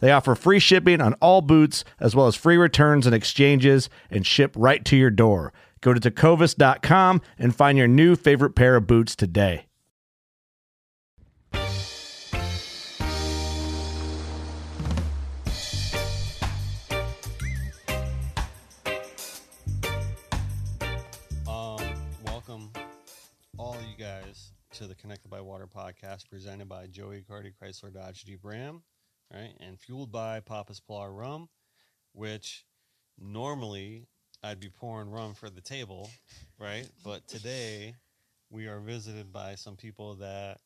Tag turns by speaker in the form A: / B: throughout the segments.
A: They offer free shipping on all boots, as well as free returns and exchanges, and ship right to your door. Go to tecovas.com and find your new favorite pair of boots today.
B: Um, welcome all you guys to the Connected by Water podcast presented by Joey Cardi Chrysler Dodge Jeep Ram, right? And fueled by Papa's Pilar Rum, which normally I'd be pouring rum for the table, right? But today we are visited by some people that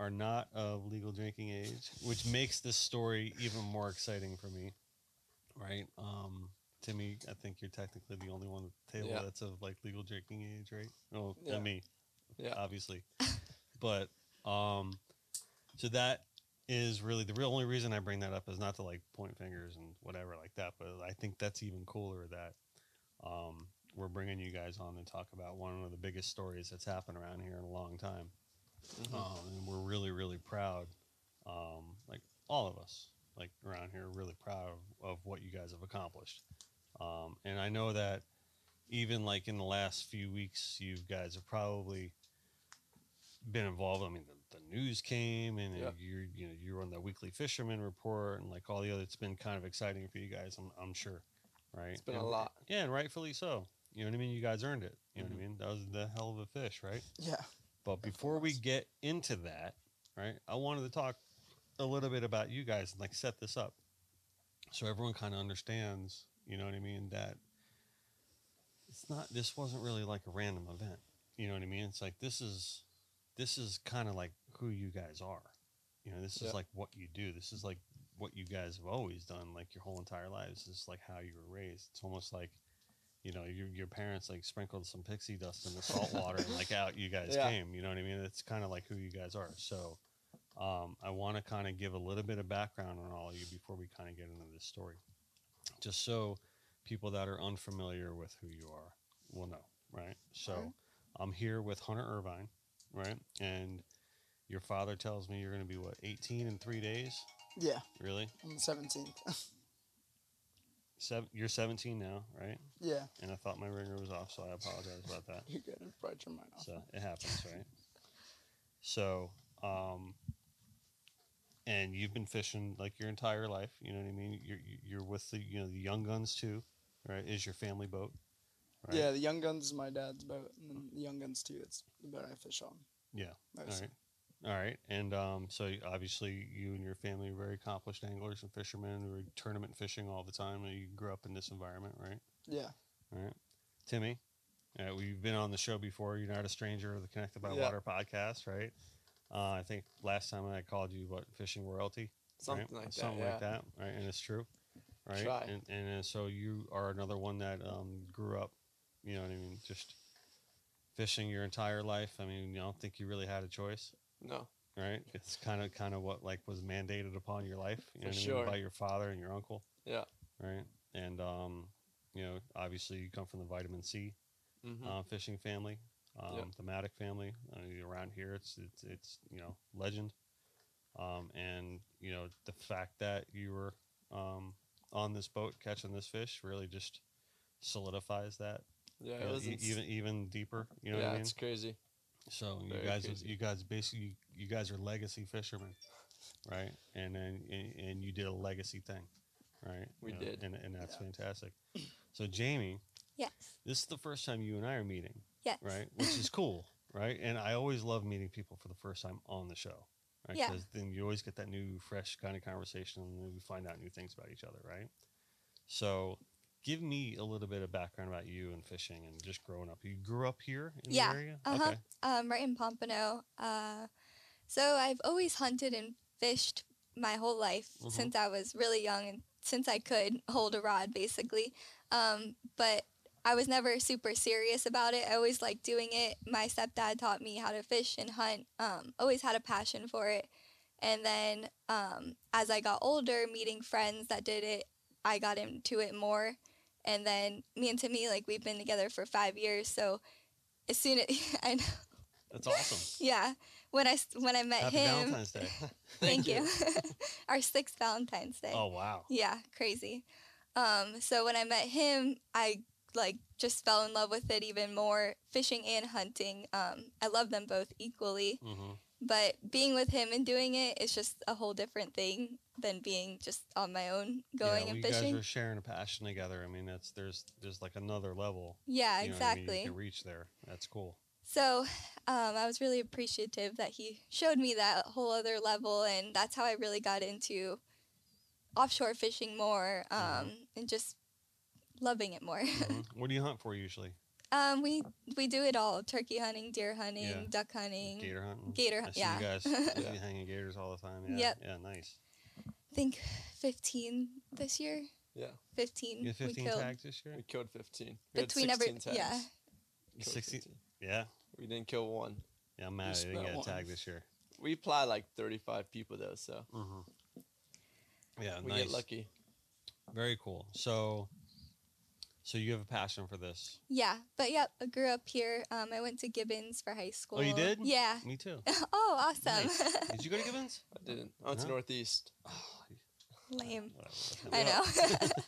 B: are not of legal drinking age, which makes this story even more exciting for me, right? Um, Timmy, I think you're technically the only one at the table
C: Yeah.
B: that's of like legal drinking age, right? Well, not
C: Yeah.
B: me,
C: Yeah.
B: obviously, but um, so that is really the real only reason I bring that up is not to like point fingers and whatever like that, but I think that's even cooler that um, we're bringing you guys on to talk about one of the biggest stories that's happened around here in a long time.
C: Hmm. Mm-hmm.
B: Um, and we're really, really proud, um, like all of us, like around here, really proud of, of what you guys have accomplished. Um, and I know that even like in the last few weeks, you guys have probably been involved. I mean, the, the news came, and
C: Yeah.
B: you're you know you're on the weekly fisherman report, and like all the other. It's been kind of exciting for you guys, I'm, I'm sure, right?
C: It's been a
B: And-
C: lot.
B: yeah, and rightfully so. You know what I mean? You guys earned it. You know what I mean? That was the hell of a fish, right?
C: Yeah.
B: But before we get into that, right, I wanted to talk a little bit about you guys and like set this up so everyone kind of understands, you know what I mean, that it's not, this wasn't really like a random event. You know what I mean? It's like this is, this is kind of like who you guys are. You know, this is
C: Yeah.
B: like what you do. This is like what you guys have always done, like your whole entire lives. This is like how you were raised. It's almost like, you know, your, your parents like sprinkled some pixie dust in the salt water and like out you guys
C: Yeah.
B: came. You know what I mean? It's kind of like who you guys are. So um, I want to kind of give a little bit of background on all of you before we kind of get into this story. Just so people that are unfamiliar with who you are will know, right? So
C: Alright.
B: I'm here with Hunter Irvine, right? And your father tells me you're going to be what 18 in three days,
D: Yeah,
B: really?
D: on the 17th.
B: Seven, you're 17 now, right?
D: yeah,
B: And I thought my ringer was off, so I apologize about that.
D: you're good. I've brought your mind off.
B: So it happens, right? So, um, and you've been fishing like your entire life. You know what I mean? You're you're with the you know the young guns too, right? Is your family boat?
D: Yeah, the Young Guns is my dad's boat, and then the Young Guns too. It's the boat I fish on.
B: Yeah. All
D: Mostly.
B: right. All right. And um, so y- obviously you and your family are very accomplished anglers and fishermen who are tournament fishing all the time. and You grew up in this environment, right?
D: Yeah,
B: All right. Timmy, uh, we've been on the show before. You're not a stranger of the Connected by
C: Yeah.
B: Water podcast, right? Uh, I think last time I called you what fishing royalty,
C: Something
B: right?
C: like that.
B: something
C: yeah.
B: like that, right? And it's true, right?
C: Try.
B: And, and uh, so you are another one that um, grew up, you know what I mean, just fishing your entire life. I mean, I don't think you really had a choice
C: No.
B: right? It's kind of kind of what like was mandated upon your life, you know what
C: For
B: I mean,
C: sure.
B: by your father and your uncle,
C: Yeah.
B: right? And um, You know, obviously you come from the vitamin C
C: Mhm.
B: uh, fishing family, um,
C: Yep.
B: the Maddock family. I mean, around here, it's it's it's you know legend, um, and you know the fact that you were um, on this boat catching this fish really just solidifies that
C: yeah,
B: you
C: it
B: know,
C: was
B: e-
C: ins-
B: even even deeper. You know
C: yeah,
B: what I mean?
C: it's crazy.
B: So you
C: Very
B: guys,
C: crazy.
B: you guys basically, you guys are legacy fishermen, right? And then, and, and you did a legacy thing, right?
C: We
B: Uh,
C: did.
B: and, and that's
D: Yeah.
B: fantastic. So Jamie,
E: Yes.
B: this is the first time you and I are meeting,
E: Yes.
B: right? Which is cool, right? And I always love meeting people for the first time on the show, right?
E: Yeah.
B: Because then you always get that new, fresh kind of conversation, and then we find out new things about each other, right? So. Give me a little bit of background about you and fishing and just growing up. You grew up here in
E: Yeah,
B: the area?
E: uh-huh.
B: Okay.
E: um, right in Pompano. Uh, so I've always hunted and fished my whole life
B: Mhm.
E: since I was really young and since I could hold a rod, basically. Um, but I was never super serious about it. I always liked doing it. My stepdad taught me how to fish and hunt. Um, always had a passion for it. And then um, as I got older, meeting friends that did it, I got into it more. And then me and Timmy, like we've been together for five years, so as soon as I know,
B: That's awesome.
E: yeah, when I s- when I met
B: Happy
E: him,
B: Valentine's Day.
E: thank you, our sixth Valentine's Day.
B: oh wow.
E: Yeah, crazy. Um, so when I met him, I like just fell in love with it even more, fishing and hunting. Um, I love them both equally,
B: Mm-hmm.
E: but being with him and doing it is just a whole different thing than being just on my own
B: yeah, well,
E: going and
B: you
E: fishing.
B: guys are sharing a passion together. I mean, that's there's there's like another level.
E: yeah,
B: you know what I mean?
E: exactly.
B: You can reach there. That's cool.
E: So um, I was really appreciative that he showed me that whole other level, and that's how I really got into offshore fishing more um,
B: Mm-hmm.
E: and just loving it more.
B: Mhm. what do you hunt for usually?
E: um, we we do it all: turkey hunting, deer hunting,
B: Yeah.
E: duck hunting.
B: Gator hunting.
E: gator
B: I
E: hunt-
B: see
E: yeah.
B: You guys I see
C: Yeah.
B: you hanging gators all the time. Yeah.
E: Yep.
B: Yeah. Nice.
E: I think fifteen this year.
C: Yeah.
E: Fifteen.
B: You got
E: we
B: 15
E: killed
B: tags this year.
C: We killed 15. We had
E: between every
C: 16
E: yeah.
C: tags. We killed
B: 16
C: 15.
B: Yeah.
C: We didn't kill one.
B: Yeah. I'm mad. I
D: Just
B: didn't
D: that
B: get a
D: one.
B: tag this year.
C: We apply like 35 people though, so
B: Mm-hmm. Yeah.
C: we
B: nice.
C: get lucky.
B: Very cool. So, so you have a passion for this.
E: Yeah, but yep, I grew up here. Um, I went to Gibbons for high school.
B: Oh, you did?
E: Yeah.
B: Me too.
E: oh, awesome.
B: Nice. Did you go to Gibbons?
C: I didn't. I went to
B: No.
C: Northeast.
B: Oh,
E: Lame.
B: whatever, that's not
E: I
B: bad.
E: know.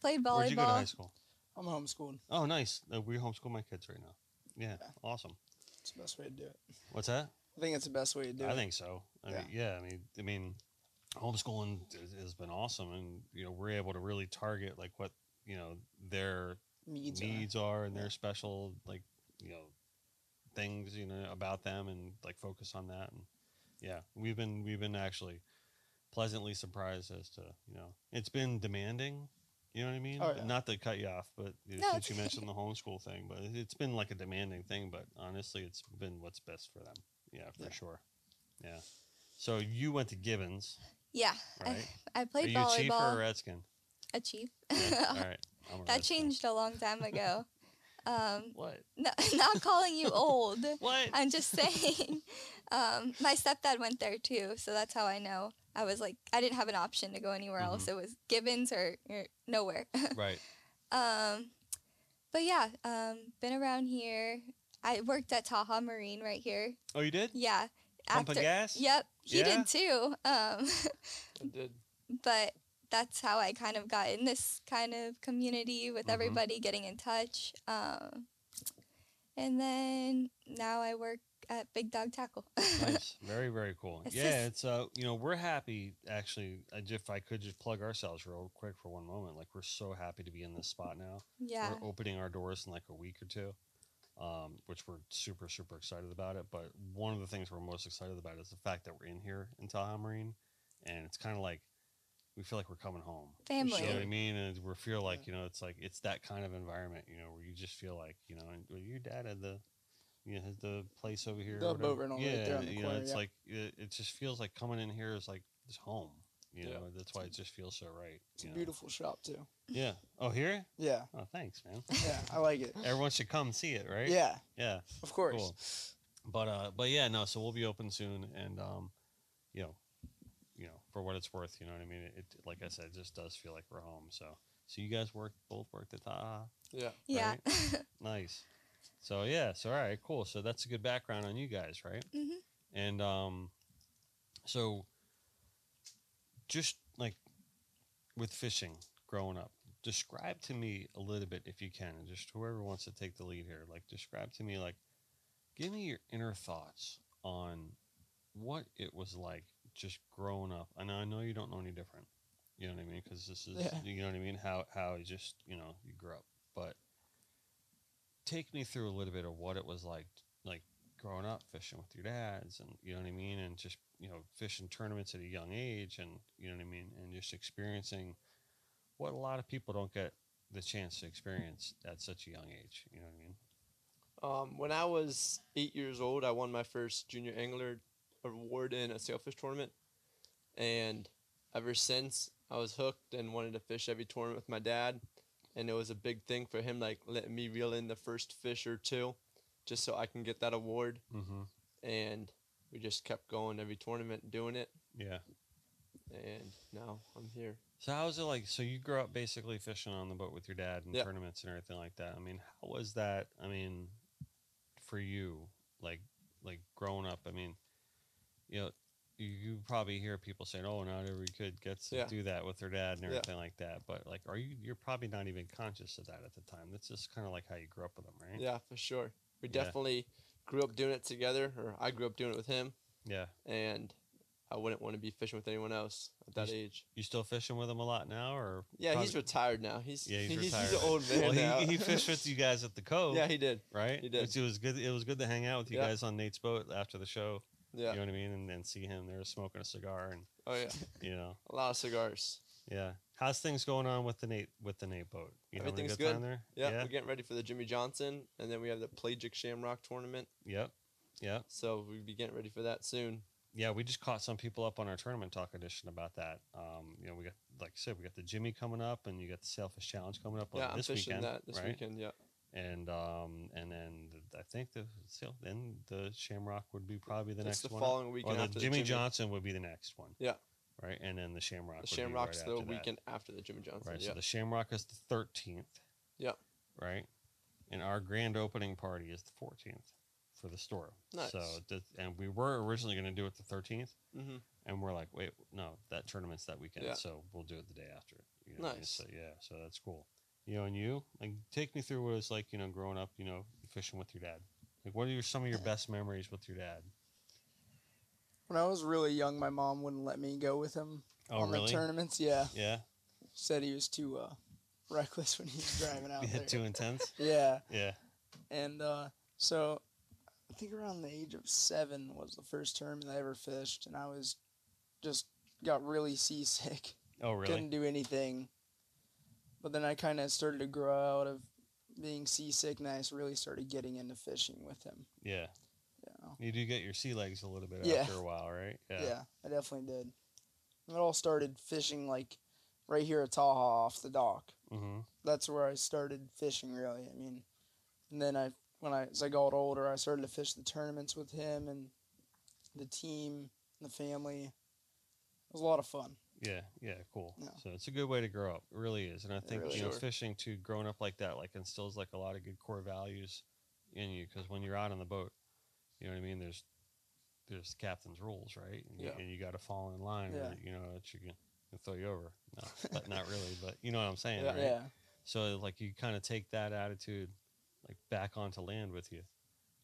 E: Played volleyball.
B: Where'd you go to high school?
D: I'm homeschooled.
B: Oh, nice. Uh, we homeschool my kids right now. Yeah,
D: Yeah.
B: awesome.
D: It's the best way to do it.
B: What's that?
D: I think it's the best way to do
B: I
D: it.
B: think so. I
D: Yeah.
B: Mean, yeah, I mean, I mean, homeschooling has- has been awesome, and you know, we're able to really target like what you know their
D: Needs are.
B: needs are and
D: Yeah.
B: their special like you know things you know about them, and like focus on that. And yeah, we've been we've been actually pleasantly surprised as to you know it's been demanding. You know what I mean?
D: Oh, yeah.
B: Not to cut you off, but you know,
E: No,
B: since
E: it's
B: you
E: okay.
B: mentioned the homeschool thing, but it- it's been like a demanding thing. But honestly, it's been what's best for them. Yeah, for
D: Yeah.
B: sure. Yeah. So you went to Gibbons,
E: Yeah,
B: right?
E: I, I
B: Are
E: played
B: you a chief or a
E: volleyball.
B: redskin?
E: a chief.
B: Yeah, All right. I'm a
E: that
B: redskin.
E: changed a long time ago. Um,
B: What?
E: no, not calling you old.
B: What?
E: I'm just saying. Um, my stepdad went there too, so that's how I know. I was like, I didn't have an option to go anywhere
B: Mm-hmm.
E: else. It was Gibbons or, or nowhere.
B: right.
E: um, but yeah, um, been around here. I worked at Taha Marine right here.
B: Oh, you did?
E: Yeah.
B: Pump a gas?
E: Yep, he
B: Yeah?
E: did too. Um,
C: I did.
E: but that's how I kind of got in this kind of community with
B: Mhm.
E: everybody getting in touch. Um, and then now I work at Big Dog Tackle.
B: nice. Very, very cool.
E: It's
B: yeah,
E: just-
B: it's uh, you know, we're happy actually. I ju- If I could just plug ourselves real quick for one moment, like we're so happy to be in this spot now.
E: yeah.
B: We're opening our doors in like a week or two, um, which we're super, super excited about it. But one of the things we're most excited about is the fact that we're in here in Taha Marine, and it's kind of like we feel like we're coming home. You
E: Family.
B: know what I
C: Sure.
B: mean? And we feel like, you know, it's like it's that kind of environment, you know, where you just feel like, you know, and well, your dad had the you know, had the place over here. or
D: The
B: whatever.
D: boat rental right
B: yeah,
D: there on the
B: you know,
D: corner,
B: it's
D: yeah.
B: like it, it just feels like coming in here is like it's home. You
C: Yeah.
B: know, that's why it just feels so right.
D: It's
B: you
D: a
B: know?
D: beautiful shop too.
B: Yeah. Oh here?
D: Yeah,
B: Oh thanks, man.
D: yeah, I like it.
B: Everyone should come see it, right?
D: Yeah,
B: Yeah.
D: of course.
B: Cool. But uh but yeah, no, so we'll be open soon and um you know you know, for what it's worth, you know what I mean? It, it like I said, just does feel like we're home. So So you guys work both worked at Taha.
C: Yeah.
E: Yeah.
B: Nice. So yeah, so all right, cool. So that's a good background on you guys, right?
E: Mhm.
B: And um, so just like with fishing growing up, describe to me a little bit if you can, and just whoever wants to take the lead here, like describe to me like give me your inner thoughts on what it was like just growing up. And I know you don't know any different. You know what I mean? Because this is
C: Yeah.
B: you know what I mean. How how you just you know you grew up, but take me through a little bit of what it was like, like growing up fishing with your dads, and you know what I mean, and just you know fishing tournaments at a young age, and you know what I mean, and just experiencing what a lot of people don't get the chance to experience at such a young age. You know what I mean?
C: Um, when I was eight years old, I won my first junior angler award in a sailfish tournament, and ever since I was hooked and wanted to fish every tournament with my dad, and it was a big thing for him, like letting me reel in the first fish or two, just so I can get that award.
B: Mm-hmm.
C: And we just kept going every tournament, doing it,
B: Yeah.
C: and now I'm here.
B: So how was it like? So you grew up basically fishing on the boat with your dad and
C: Yeah.
B: tournaments and everything like that. I mean, how was that? I mean, for you, like, like growing up. I mean, you know, you, you probably hear people saying, "Oh, not every kid gets to
C: Yeah.
B: do that with their dad and
C: Yeah.
B: everything like that." But like, are you? You're probably not even conscious of that at the time. That's just kind of like how you grew up with them, right?
C: Yeah, for sure. We
B: Yeah.
C: definitely grew up doing it together, or I grew up doing it with him,
B: Yeah.
C: and I wouldn't want to be fishing with anyone else at that
B: He's-
C: age.
B: You still fishing with them a lot now, or
C: Yeah, he's
B: probably-
C: retired now. He's
B: yeah, he's,
C: an
B: retired.
C: old man
B: Well,
C: now.
B: he, he fished with you guys at the cove.
C: yeah, he did.
B: right?
C: He did.
B: Which it was good. It was good to hang out with you
C: Yeah.
B: guys on Nate's boat after the show.
C: Yeah.
B: You know what I mean? And then see him there smoking a cigar, and
C: Oh yeah,
B: you know,
C: a lot of cigars.
B: yeah. How's things going on with the Nate with the Nate boat? You having a
C: Everything's
B: good,
C: good.
B: time there?
C: Yeah,
B: Yeah.
C: we're getting ready for the Jimmy Johnson, and then we have the Plagic Shamrock tournament.
B: Yep. Yep.
C: So we'll be getting ready for that soon.
B: Yeah, we just caught some people up on our tournament talk edition about that. Um, you know, we got like I said, we got the Jimmy coming up, and you got the Selfish Challenge coming up
C: yeah,
B: on
C: I'm
B: this
C: fishing
B: weekend,
C: that this
B: right?
C: weekend. Yeah,
B: And um, and then the, I think the so then the Shamrock would be probably the next
C: it's the
B: one. up.
C: following
B: Or
C: weekend
B: the
C: after
B: Jimmy,
C: the Jimmy
B: Johnson would be the next one.
C: Yeah.
B: Right, and then the Shamrock.
C: The
B: would be right
C: Shamrock's the
B: after that.
C: weekend after the Jimmy Johnson.
B: Right.
C: yeah.
B: So the Shamrock is the thirteenth.
C: Yep.
B: Right, and our grand opening party is the fourteenth for the store.
C: Nice.
B: So the, and we were originally going to do it the thirteenth,
C: mm-hmm.
B: and we're like, wait, no, that tournament's that weekend,
C: Yeah.
B: so we'll do it the day after. You know what I mean?
C: Nice.
B: So yeah, so that's cool. You know, and you like take me through what it's like, you know, growing up, you know, fishing with your dad. Like, what are your, some of your best memories with your dad?
D: When I was really young, my mom wouldn't let me go with him
B: Oh,
D: on
B: really?
D: the tournaments. Yeah,
B: Yeah.
D: said he was too uh, reckless when he was driving out
B: yeah
D: there.
B: too intense.
D: Yeah,
B: Yeah.
D: and uh, so I think around the age of seven was the first tournament I ever fished, and I was just got really seasick.
B: Oh, really?
D: couldn't do anything. But then I kind of started to grow out of being seasick, and I just really started getting into fishing with him.
B: Yeah.
D: Yeah,
B: You do get your sea legs a little bit
D: Yeah.
B: after a while, right?
D: yeah. I definitely did. And it all started fishing like right here at Taha off the dock.
B: Mm-hmm.
D: That's where I started fishing, really. I mean, and then I when I as I got older, I started to fish the tournaments with him and the team, and the family. It was a lot of fun.
B: Yeah, yeah, cool.
D: Yeah.
B: So it's a good way to grow up. It really is. And I think
D: really
B: you know,
C: is.
B: fishing too, growing up like that, like instills like a lot of good core values in you. Because when you're out on the boat, you know what I mean. There's there's the captain's rules, right? And,
C: Yeah.
B: you, and you got to fall in line,
D: Yeah.
B: or you know, that you can it'll throw you over. No, but not really. But you know what I'm saying,
C: Yeah.
B: right?
D: Yeah,
B: So like you kind of take that attitude like back onto land with you.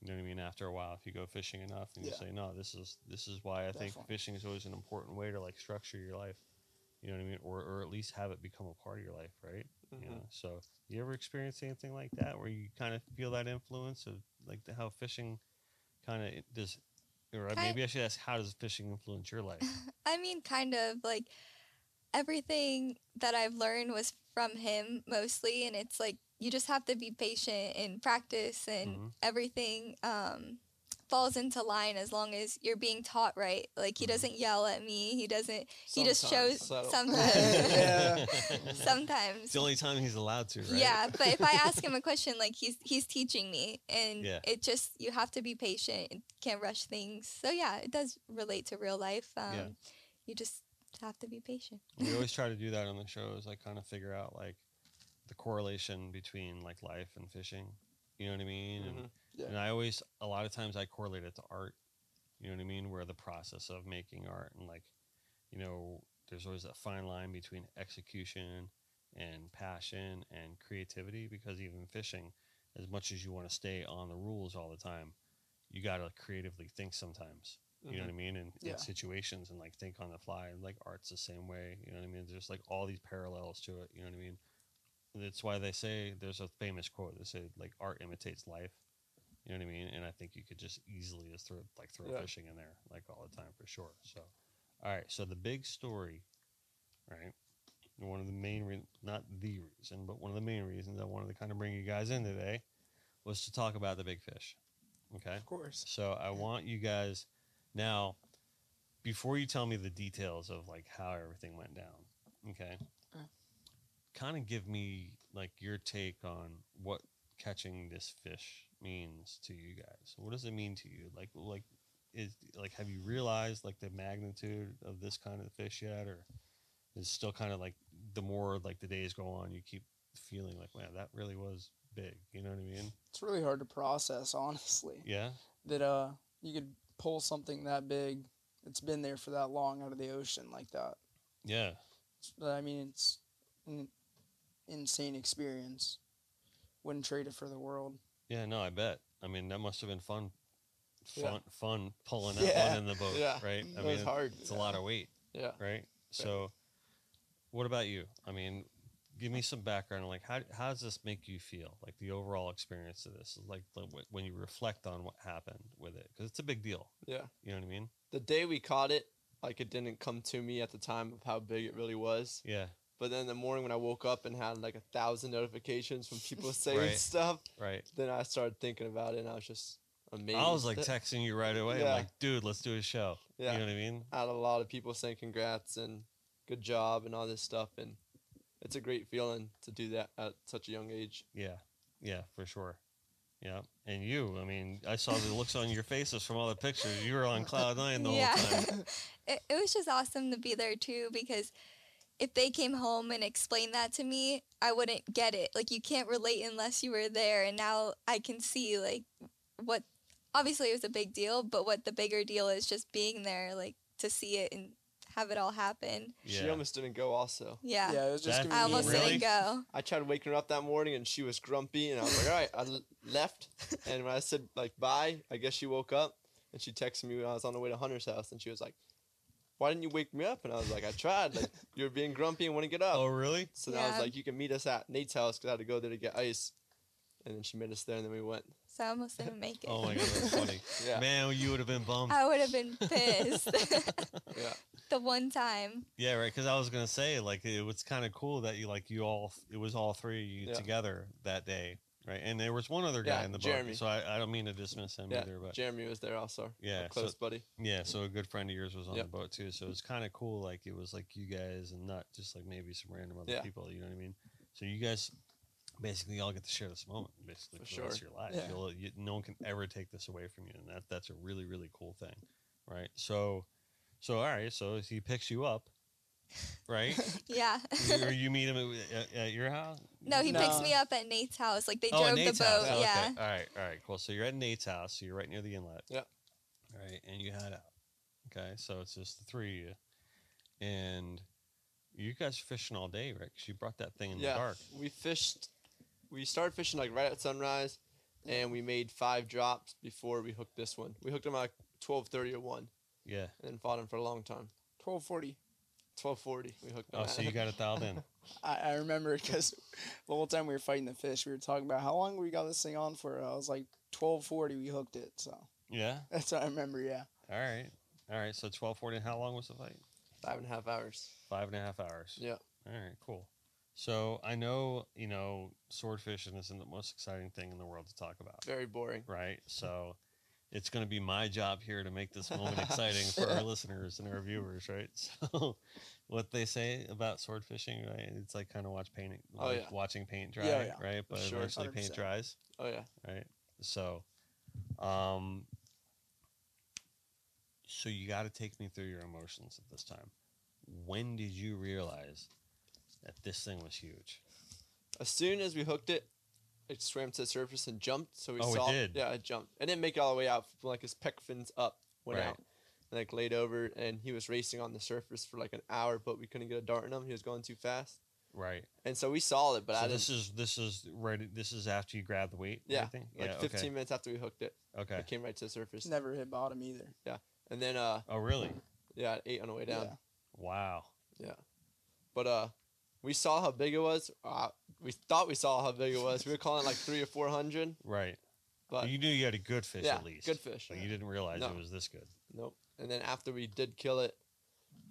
B: You know what I mean? After a while, if you go fishing enough and you
D: Yeah.
B: say, No, this is this is why I think
D: Definitely.
B: fishing is always an important way to like structure your life. You know what I mean? Or or at least have it become a part of your life, right?
C: mm-hmm.
D: Mm-hmm.
B: You know. So you ever experience anything like that where you kind of feel that influence of like the, how fishing kind of does or
E: Kind-
B: maybe I should ask how does fishing influence your life?
E: I mean, kind of like everything that I've learned was from him mostly, and it's like you just have to be patient and practice, and
B: Mhm.
E: everything um, falls into line as long as you're being taught right. Like he
B: Mhm.
E: doesn't yell at me. He doesn't. He just
C: Sometimes
E: shows
C: subtle.
E: sometimes.
D: Yeah.
E: sometimes.
B: it's the only time he's allowed to, right?
E: Yeah, but if I ask him a question, like he's he's teaching me, and
B: Yeah.
E: it just you have to be patient. and Can't rush things. So yeah, it does relate to real life. Um,
B: Yeah.
E: You just have to be patient.
B: we always try to do that on the shows like kind of figure out like the correlation between like life and fishing. You know what I mean? And
C: Mhm. Yeah.
B: and I always a lot of times I correlate it to art. You know what I mean? Where the process of making art and like, you know, there's always that fine line between execution and passion and creativity because even fishing, as much as you want to stay on the rules all the time, you gotta creatively think sometimes. You know what I mean? And
D: Yeah.
B: in situations and like think on the fly and like art's the same way. You know what I mean? There's like all these parallels to it. You know what I mean? That's why they say there's a famous quote that said like art imitates life. You know what I mean? And I think you could just easily just throw like throw
C: Yeah.
B: fishing in there like all the time for sure. So, all right. So the big story, right? One of the main re- not the reason, but one of the main reasons I wanted to kind of bring you guys in today was to talk about the big fish. Okay.
D: Of course.
B: So I want you guys now, before you tell me the details of like how everything went down, okay?
D: Mm.
B: Kind of give me like your take on what catching this fish means to you guys. What does it mean to you? Like, like is like have you realized like the magnitude of this kind of fish yet, or is it still kind of like the more like the days go on, you keep feeling like, wow, that really was big. You know what I mean?
D: It's really hard to process, honestly.
B: Yeah.
D: That uh, you could pull something that big, it's been there for that long out of the ocean like that.
B: Yeah.
D: But I mean, it's an insane experience. Wouldn't trade it for the world.
B: Yeah, no, I bet. I mean, that must have been fun, fun,
C: Yeah.
B: fun pulling that
C: Yeah.
B: one in the boat,
C: Yeah.
B: right? I mean,
C: it was hard.
B: it's a lot of weight,
C: Yeah.
B: right? So, what about you? I mean, give me some background. Like, how how does this make you feel? Like the overall experience of this, like the, wh- when you reflect on what happened with it, because it's a big deal.
C: Yeah.
B: You know what I mean?
C: The day we caught it, like it didn't come to me at the time of how big it really was.
B: Yeah,
C: But then in the morning when I woke up and had like a thousand notifications from people saying
B: Right.
C: stuff,
B: right.
C: then I started thinking about it and I was just amazed.
B: I was like
C: that
B: texting you right away.
C: Yeah.
B: I'm like, dude, let's do a show.
C: Yeah.
B: You know what I mean?
C: I had a lot of people saying congrats and good job and all this stuff and it's a great feeling to do that at such a young age.
B: Yeah, yeah, for sure. Yeah, and you, I mean, I saw the looks on your faces from all the pictures. You were on cloud nine the
E: yeah.
B: whole time.
E: it, it was just awesome to be there too because if they came home and explained that to me, I wouldn't get it. Like you can't relate unless you were there and now I can see like what obviously it was a big deal, but what the bigger deal is just being there like to see it and have it all happen.
C: She
B: Yeah,
C: almost didn't go also.
E: Yeah.
D: Yeah, it was just.
B: That-
D: gonna be
E: I almost
B: Oh, Really?
E: didn't go.
C: I tried waking her up that morning and she was grumpy and I was like, all right, I l- left. And when I said like bye, I guess she woke up and she texted me when I was on the way to Hunter's house and she was like, why didn't you wake me up? And I was like, I tried. Like you were being grumpy and wouldn't get up.
B: Oh, really?
C: So then I was
E: Yeah.
C: like, you can meet us at Nate's house because I had to go there to get ice. And then she met us there and then we went.
E: So I almost didn't make it.
B: Oh my god, that's funny.
C: Yeah.
B: Man, you would have been bummed.
E: I would have been pissed
C: Yeah.
E: the one time.
B: Yeah, right. Because I was gonna say, like, it was kind of cool that you, like, you all, it was all three of you
C: Yeah.
B: together that day, right? And there was one other guy
C: Yeah,
B: in the
C: Jeremy.
B: boat, so I, I don't mean to dismiss him
C: Yeah.
B: either, but
C: Jeremy was there also.
B: Yeah,
C: A
B: so-
C: close buddy.
B: Yeah, so a good friend of yours was on
C: Yep.
B: the boat too. So it's kind of cool. Like it was like you guys and not just like maybe some random other
C: Yeah.
B: people. You know what I mean? So you guys basically all get to share this moment basically
C: For
B: for, the rest of
C: sure.
B: your life.
D: Yeah.
B: You'll, you, no one can ever take this away from you, and that that's a really really cool thing, right? So, so all right. So he picks you up, right?
E: Yeah.
B: You- or you meet him at, at, at your house?
E: No, he picks
D: No.
E: me up at Nate's house. Like they
B: Oh, at
E: drove the
B: Nate's house.
E: boat.
B: Oh,
E: yeah.
B: Okay. All right. All right. Cool. So you're at Nate's house. So you're right near the inlet.
C: Yeah.
B: All right. And you head out. Okay. So it's just the three of you. And you guys are fishing all day, right? 'Cause you brought that thing in
C: Yeah.
B: the dark.
C: We fished. We started fishing like right at sunrise, and we made five drops before we hooked this one. We hooked them at like twelve thirty or one,
B: Yeah.
C: and then fought him for a long time.
D: Twelve forty.
C: Twelve forty, we hooked them.
B: Oh, so you got it dialed in.
D: I, I remember because the whole time we were fighting the fish, we were talking about how long we got this thing on for. I was like twelve forty. We hooked it, so
B: Yeah.
D: that's what I remember. Yeah,
B: All right. All right. So 1240. How long was the fight?
C: five and a half hours.
B: Five and a half hours.
C: Yeah,
B: All right, cool. So I know, you know, swordfishing isn't the most exciting thing in the world to talk about.
C: very boring.
B: right? So it's going to be my job here to make this moment exciting for our listeners and our viewers, right? So what they say about sword fishing, right? It's like kind of watch painting,
C: Oh,
B: like
C: yeah.
B: watching paint dry,
D: Yeah, yeah.
B: right? But
C: Sure.
B: eventually paint
D: 100%.
B: dries,
C: Oh yeah,
B: right? So, um, so you got to take me through your emotions at this time. When did you realize that this thing was huge?
C: As soon as we hooked it, it swam to the surface and jumped. So we
B: Oh, it
C: saw.
B: did.
C: Yeah, it jumped. I didn't make it all the way out. but, Like his pec fins up, went
B: Right.
C: out, and like laid over. And he was racing on the surface for like an hour, but we couldn't get a dart in him. He was going too fast.
B: Right.
C: And so we saw it, but I
B: so
C: didn't.
B: this is this is right. This is after you grab the weight. and
C: yeah,
B: everything?
C: like
B: yeah.
C: 15
B: okay.
C: minutes after we hooked it,
B: Okay.
C: it came right to the surface.
D: Never hit bottom either.
C: And then uh,
B: Oh really?
C: yeah, it ate on the way down.
D: Yeah.
B: Wow.
C: But uh, we saw how big it was. Uh, we thought we saw how big it was. We were calling it like three or four hundred,
B: Right.
C: but
B: you knew you had a good fish
C: yeah,
B: at least.
C: good fish.
B: Like you didn't realize
C: No.
B: it was this good.
C: Nope. And then after we did kill it,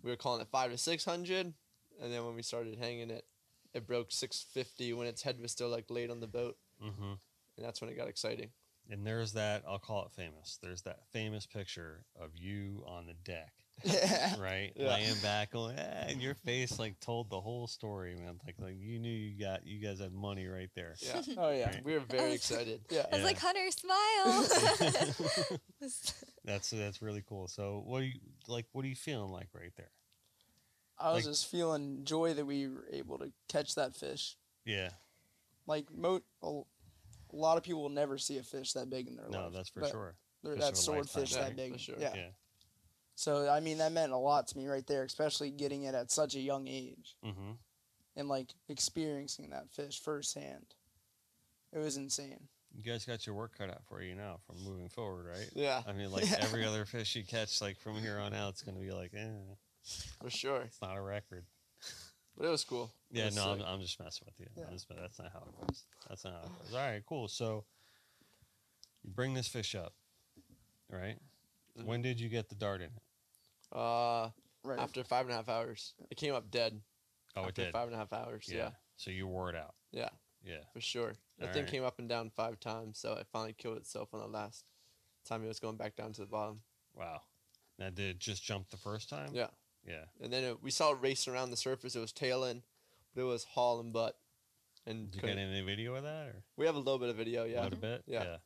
C: we were calling it five to six hundred, and then when we started hanging it, it broke six fifty when its head was still like laid on the boat,
B: Mm-hmm.
C: and that's when it got exciting.
B: And there's that. I'll call it famous. There's that famous picture of you on the deck,
D: Yeah.
B: right,
C: Yeah.
B: laying back, going, "Ah," and your face like told the whole story, man. Like like you knew you got you guys had money right there.
C: Yeah,
D: Oh yeah.
B: Right.
C: we were very excited. Yeah.
E: I was like, Hunter, smile. Was-
B: That's that's really cool. So what do you like? What are you feeling like right there?
D: I was
B: Like-
D: just feeling joy that we were able to catch that fish.
B: Yeah.
D: Like mo, a, a lot of people will never see a fish that big in their
B: No,
D: life.
B: that's for
D: but
B: sure.
D: they're-
B: Fish of
D: That
B: a lifetime,
D: swordfish
C: right?
D: that big.
C: For sure.
D: Yeah.
B: Yeah.
D: So I mean, that meant a lot to me right there, especially getting it at such a young age
B: Mm-hmm.
D: and like experiencing that fish firsthand. It was insane.
B: You guys got your work cut out for you now from moving forward, right?
C: Yeah,
B: I mean, like
D: Yeah.
B: every other fish you catch, like from here on out, it's gonna be like, eh,
C: for sure.
B: it's not a record.
C: But it was cool. It
B: Yeah,
C: was
B: no, I'm,
C: sick.
B: I'm just messing with you.
D: Yeah.
B: I'm just- that's not how it goes. That's not how it goes. All right, cool. So you bring this fish up, right?
C: Mhm.
B: When did you get the dart in it?
C: Uh,
D: Right.
C: after five and a half hours, it came up dead.
B: Oh,
C: after
B: it did.
C: Five and a half hours. Yeah,
B: So you wore it out.
C: Yeah.
B: Yeah.
C: for sure. That
B: All
C: thing
B: right.
C: came up and down five times, so it finally killed itself on the last time it was going back down to the bottom.
B: Wow. Now did it just jump the first time?
C: Yeah.
B: Yeah.
C: And then it, we saw it race around the surface. It was tailing, but it was hauling butt. And
B: Did you get
C: couldn't-
B: any video of that or
C: we have a little bit of video,
B: a
C: yeah.
B: little bit?
C: Yeah.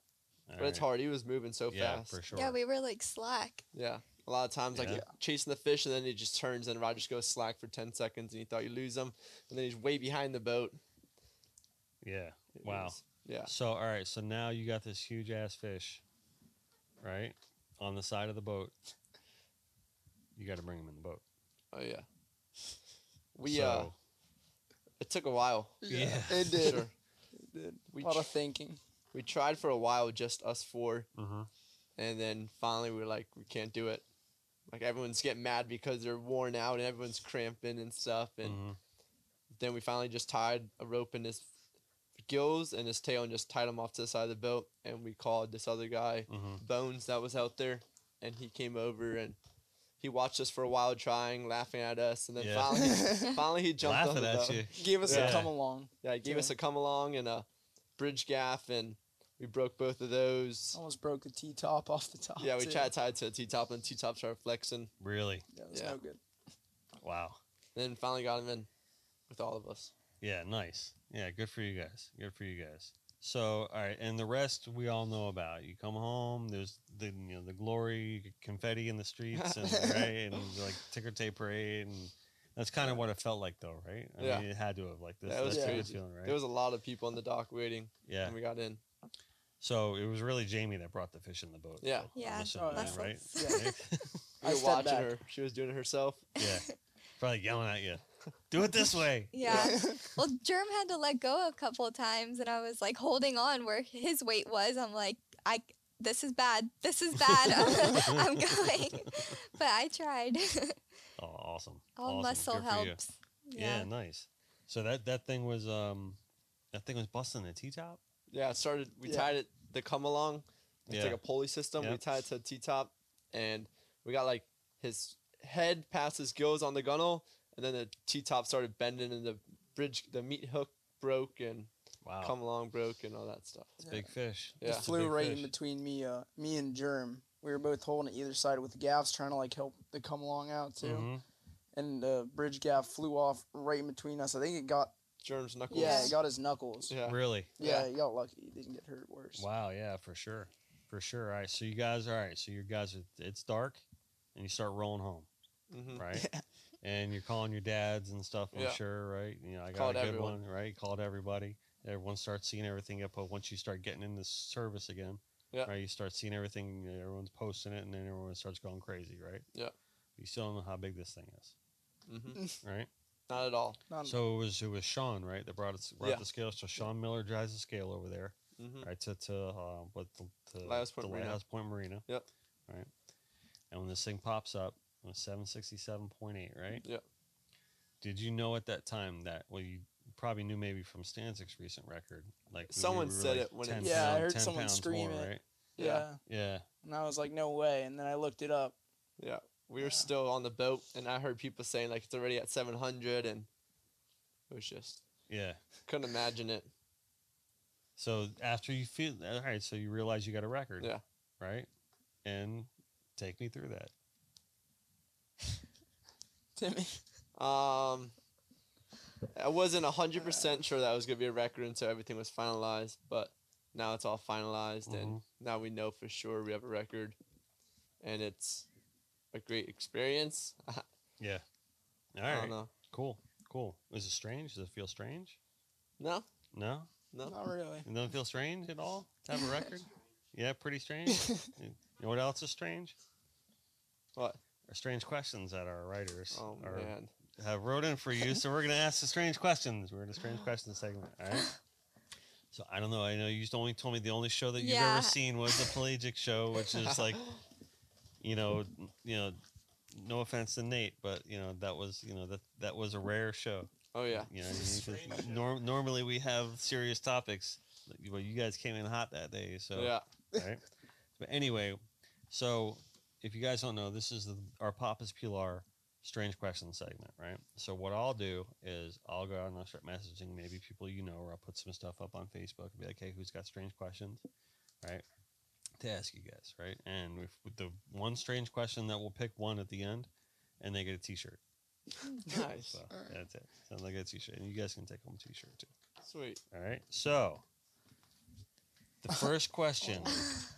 B: All
C: but it's hard. He was moving so
B: yeah,
C: fast.
B: for sure.
E: yeah, we were like slack.
C: Yeah. A lot of times, like
B: Yeah.
C: you're chasing the fish, and then he just turns, and Rod just goes slack for 10 seconds, and you thought you lose him. And then he's way behind the boat.
B: yeah.
C: It
B: Wow.
C: was- yeah.
B: So all right, so now you got this huge ass fish, right, on the side of the boat. You got to bring him in the boat.
C: Oh, yeah. We, uh,
B: So-
C: it took a while.
B: Yeah.
D: It
C: for
D: did.
C: Sure.
D: It did.
C: We,
D: a lot of
C: tr-
D: thinking.
C: we tried for a while, just us four.
B: Mhm.
C: And then finally, we are like, we can't do it. Like, everyone's getting mad because they're worn out and everyone's cramping and stuff. And
B: Mhm.
C: then we finally just tied a rope in his gills and his tail and just tied him off to the side of the boat. And we called this other guy,
B: Mhm.
C: Bones, that was out there. And he came over and he watched us for a while, trying, laughing at us. And then
B: Yeah.
C: finally, finally he jumped off
B: laughing
C: the
B: at
C: boat.
B: you.
D: Gave us
B: Yeah.
D: a come along.
C: Yeah, he gave
D: Yeah.
C: us a come along and a bridge gaff, and we broke both of those.
D: Almost broke the T top off the top.
C: yeah, we
D: too.
C: tried to tie it to a T top, and the T top started flexing.
B: Really?
D: That was
C: Yeah.
D: no good.
B: Wow.
C: Then finally got him in with all of us.
B: Yeah. Nice. Yeah. Good for you guys. Good for you guys. So all right, and the rest we all know about. You come home, there's the you know the glory confetti in the streets and right and like ticker tape parade and that's kind of what it felt like though, right? I
C: Yeah.
B: mean, it had to have like this.
C: That was
B: that's what it
C: crazy.
B: feeling, right?
C: There was a lot of people on the dock waiting
B: yeah.
C: when we got in.
B: So it was really Jamie that brought the fish in the boat.
C: Yeah.
B: though, I'm
E: Yeah.
B: assuming,
D: Oh, yeah.
B: Right.
D: Yeah.
B: Right?
C: We
D: I
C: were
D: stepped
C: watching
D: back.
C: her. She was doing it herself.
B: yeah. Probably yelling at you. Do it this way.
E: Yeah. well, Germ had to let go a couple of times, and I was like holding on where his weight was. I'm like, I this is bad. This is bad. I'm going, but I tried.
B: Oh, awesome.
E: All
B: awesome.
E: muscle
B: Good for you.
E: helps.
B: Yeah. nice. So that that thing was um that thing was busting the T top?
C: Yeah, it started. We
D: Yeah.
C: tied it the come along. It's
B: Yeah.
C: like a pulley system. We
B: Yep.
C: tied it to a T top, and we got like his head past his gills on the gunnel, and then the T top started bending, and the bridge, the meat hook broke, and
B: Wow.
C: come along broke, and all that stuff.
B: Big fish.
C: Yeah.
D: It
B: It's a
D: flew
B: big
D: right in
B: fish.
D: between me, uh, me and Germ. We were both holding it either side with the gaffs, trying to like help the come along out too.
B: Mhm.
D: And the bridge gaff flew off right in between us. I think it got
C: Germs knuckles.
D: yeah, it got his knuckles. Yeah,
C: yeah.
B: Really?
C: Yeah.
D: he got lucky. He didn't get hurt worse.
B: Wow, yeah, for sure. For sure. All right. So you guys all right. So you guys are it's dark and you start rolling home.
C: Mhm.
B: right? and you're calling your dads and stuff. I'm
C: Yeah.
B: sure, right? You know, I got
C: Called
B: a good
C: everyone.
B: one, right? Called everybody. Everyone starts seeing everything up. But once you start getting in the service again,
C: Yeah.
B: right? You start seeing everything. Everyone's posting it, and then everyone starts going crazy, right?
C: Yeah.
B: You still don't know how big this thing is,
C: Mm-hmm.
B: right?
C: Not at all.
D: Not
B: So it was it was Sean, right? That brought us brought
C: Um Yeah.
B: the scale. So Sean Miller drives the scale over there,
C: Mm-hmm.
B: right? To to uh, what the, to
C: Lighthouse Point
B: the
C: Marina.
B: Lighthouse Point Marina.
C: Yep.
B: Right. And when this thing pops up, it was seven sixty seven point eight, right?
C: Yep.
B: Did you know at that time that well you probably knew maybe from Stanzik's recent record, like we
C: Someone
B: were
C: said it when it-
B: 10
D: Yeah, I
B: pound-
D: heard
B: 10
D: someone
B: pounds
D: scream
B: more,
D: it.
B: right?
D: yeah.
B: Yeah.
D: And I was like, no way. And then I looked it up.
C: Yeah. We were
D: Yeah.
C: still on the boat, and I heard people saying like it's already at 700, and it was just
B: Yeah.
C: couldn't imagine it.
B: So after you feel all right, so you realize you got a record.
C: Yeah.
B: Right? And take me through that.
D: Timmy.
C: Um, I wasn't hundred percent sure that was gonna be a record until everything was finalized, but now it's all finalized, and
B: Mm-hmm.
C: now we know for sure we have a record, and it's a great experience.
B: Yeah. All
C: I
B: right.
C: don't know.
B: Cool. Cool. Is it strange? Does it feel strange?
C: No,
B: No?
C: no.
D: Not really.
B: It doesn't feel strange at all to have a record? yeah, pretty strange. you know what else is strange?
C: What?
B: Are strange questions that our writers
C: Oh
B: are,
C: man.
B: have wrote in for you. So we're going to ask the strange questions. We're in a strange questions segment. All right. So I don't know. I know you just only told me the only show that you've
E: Yeah.
B: ever seen was the Pelagic show, which is like, you know, you know, no offense to Nate, but you know that was you know that that was a rare show.
C: Oh yeah.
B: You know, what I mean? 'Cause norm- normally we have serious topics. but you- Well, you guys came in hot that day, so
C: Yeah.
B: right? But anyway, so if you guys don't know, this is the, our Papa's Pilar strange question segment, right? So what I'll do is I'll go out and I'll start messaging maybe people you know, or I'll put some stuff up on Facebook and be like, hey, who's got strange questions, right? To ask you guys, right? And if, with the one strange question that we'll pick one at the end, and they get a T-shirt.
C: Nice.
B: So that's it. Sounds like a T-shirt, and you guys can take home a T-shirt too.
C: Sweet.
B: All right. So, the first question,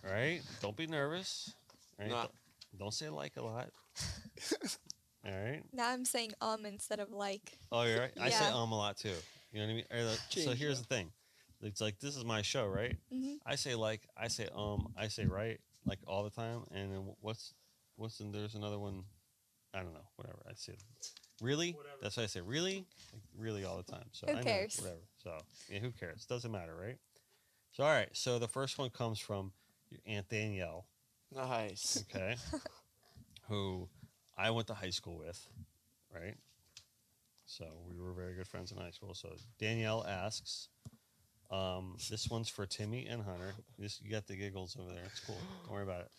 B: right? Don't be nervous. Right?
C: Nah.
B: Don't- Don't say like a lot. All right.
E: Now I'm saying um instead of like.
B: Oh, you're right. I say
E: Yeah.
B: um a lot too. You know what I mean? Or the- So
D: Change
B: here's the thing. It's like this is my show, right?
E: Mhm.
B: I say like, I say um, I say right, like all the time. And then wh- what's what's in there's another one. I don't know. Whatever. I say, really. That's what I say. Really, like, really all the time. So
E: Who
B: I know,
E: cares?
B: whatever. So yeah, who cares? Doesn't matter, right? So all right. So the first one comes from your aunt Danielle.
C: Nice.
B: Okay. who I went to high school with, right? So we were very good friends in high school. So Danielle asks, um, this one's for Timmy and Hunter. This, you got the giggles over there. It's cool. Don't worry about it.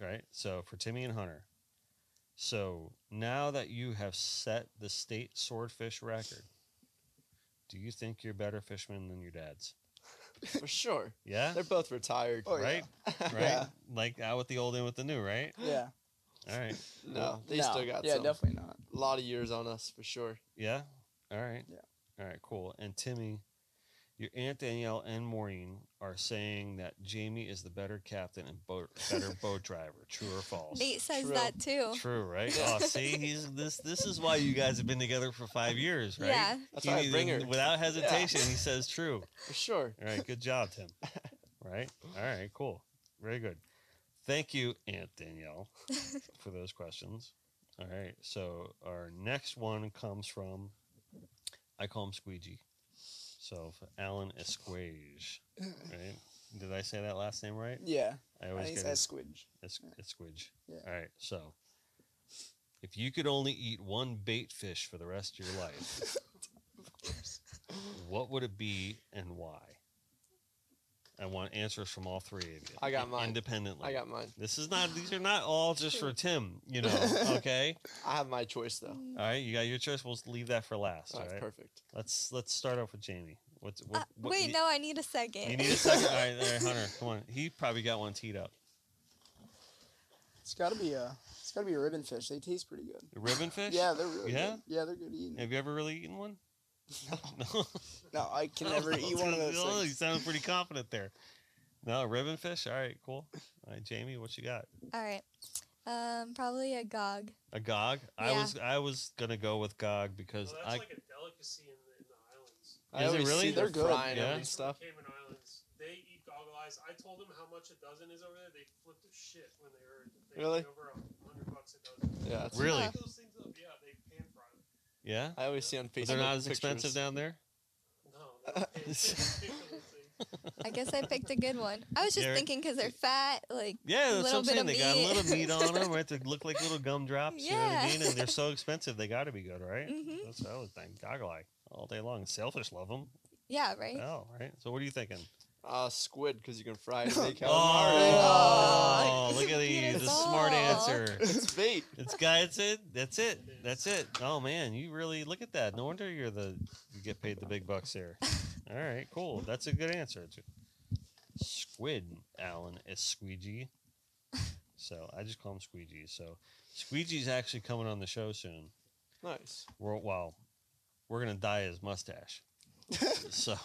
B: Right? So for Timmy and Hunter. So now that you have set the state swordfish record, do you think you're better fisherman than your dad's?
C: For sure.
B: Yeah?
C: They're both retired.
D: Oh, yeah.
B: right? Right?
D: Yeah.
B: Like out with the old and with the new, right?
D: Yeah.
B: All right.
C: No, they
D: No.
C: still got
D: Yeah,
C: some.
D: definitely not.
C: A lot of years on us for sure.
B: Yeah. All right.
D: Yeah.
B: All right. Cool. And Timmy, your aunt Danielle and Maureen are saying that Jamie is the better captain and boat, better boat driver. True or false?
E: Nate says
C: True.
E: that too.
B: True, right?
C: Yeah.
B: Oh, see, he's this. This is why you guys have been together for five years, right?
E: Yeah.
C: That's why I
B: He-
C: bring her.
B: Without hesitation, he says true.
C: For sure.
B: All right, good job, Tim. Right? All right, cool. Very good. Thank you, Aunt Danielle, for those questions. All right, so our next one comes from, I call him Squeegee. So for Alan Esquage, right? Did I say that last name right?
D: Yeah.
B: I
D: I
B: always
D: think
B: get
D: I
B: it.
D: squidge.
B: It's, it's squidge.
D: Yeah.
B: All right. So, if you could only eat one bait fish for the rest of your life, what would it be and why? I want answers from all three of you.
C: I got
B: in-
C: mine.
B: Independently.
C: I got mine.
B: This is not. These are not all just for Tim. You know. Okay.
C: I have my choice though.
E: Mm.
B: all right. You got your choice. We'll leave that for last.
C: That's
B: all right.
C: perfect.
B: Let's let's start off with Jamie. What's what,
E: Uh,
B: what
E: wait,
B: you-
E: no, I need a second.
B: You need a second. All right, all right, Hunter. Come on. He probably got one teed up.
D: It's gotta be a it's gotta be a ribbon fish. They taste pretty good.
B: Ribbon fish.
D: Yeah, they're really
B: Yeah?
D: good. Yeah, they're good eating.
B: Have you ever really eaten one? No.
D: No, I can never eat one of those
B: Oh, You
D: things.
B: sounded pretty confident there. No, ribbon fish. All right, cool. All right, Jamie, what you got?
E: All right. Um, probably a gog.
B: A gog. I
E: Yeah.
B: was I was gonna go with gog because
F: Well, that's
B: I
F: like a delicacy in the, in the islands.
C: I
B: Is it
C: always
B: really?
C: see they're
B: They're good.
C: frying
B: Yeah.
C: them
F: At
C: and
F: least from
C: stuff.
F: the Cayman Islands, they eat goggle eyes. I told them how much a dozen is over there. They flipped their shit when they heard. They
C: Really?
F: paid Over a hundred bucks a dozen.
C: Yeah, that's-
B: Really?
F: Look Those things up. Yeah, they pan fry them.
B: yeah.
C: I always see on
B: But
C: Facebook.
B: they're not as
C: pictures.
B: expensive down there.
F: No, they pan pan those things.
E: I guess I picked a good one. I was just
B: Yeah.
E: thinking because they're fat. Like
B: Yeah, that's what
E: Little
B: I'm
E: bit
B: saying.
E: of
B: They got a
E: meat.
B: little meat on them, right? They look like little gumdrops. You know what I
E: Yeah.
B: mean? And they're so expensive, they got to be good, right?
E: Mhm.
B: That's what I was thinking. Goggle eye all day long. Selfish love them.
E: yeah, right.
B: Oh, right. So what are you thinking?
C: Uh, squid because you can fry it. and make
B: Oh,
E: Oh,
B: look at
E: Peter
B: you. The smart
E: Saul.
B: answer.
C: it's bait.
B: It's got it's it. That's it. That's it. Oh man, you really look at that. No wonder you're the you get paid the big bucks here. All right, cool. That's a good answer. It's- Squid, Alan, is squeegee. So I just call him squeegee. So squeegee's actually coming on the show soon.
C: Nice.
B: We're, well, we're gonna dye his mustache. so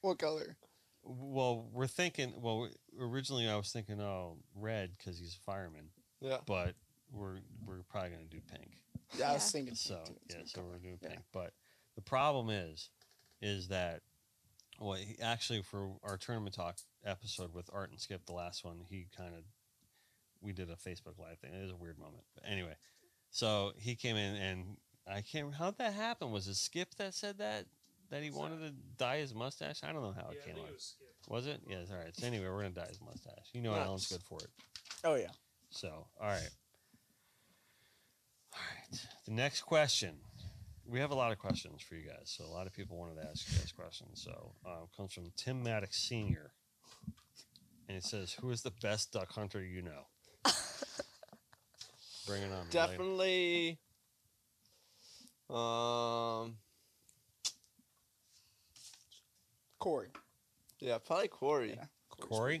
D: What color?
B: well, we're thinking. Well, originally I was thinking, oh, red because he's a fireman,
C: Yeah.
B: but we're we're probably gonna do pink.
D: Yeah, I was
E: Yeah.
D: thinking.
B: So
D: pink, too. It's
B: yeah,
D: my
B: so
D: color.
B: we're doing
D: Yeah.
B: pink. But the problem is, is that well, he, actually for our tournament talk episode with Art and Skip, the last one, he kind of we did a Facebook live thing. It was a weird moment, but anyway. So he came in and I can't. How would that happen? Was it Skip that said that that he wanted to dye his mustache? I don't know how
F: Yeah,
B: it
F: I
B: came
F: think
B: out.
F: it was Skip.
B: Was it? Yes. All right. So anyway, we're gonna dye his mustache. You know,
C: Nice.
B: Alan's good for it.
D: Oh yeah.
B: So, all right. All right. The next question. We have a lot of questions for you guys. So, a lot of people wanted to ask you guys questions. So, uh, it comes from Tim Maddox Sr. And it says, Who is the best duck hunter you know? Bring it on. Lee.
C: Definitely. Um.
D: Corey.
C: Yeah, probably Corey.
D: Yeah. Corey's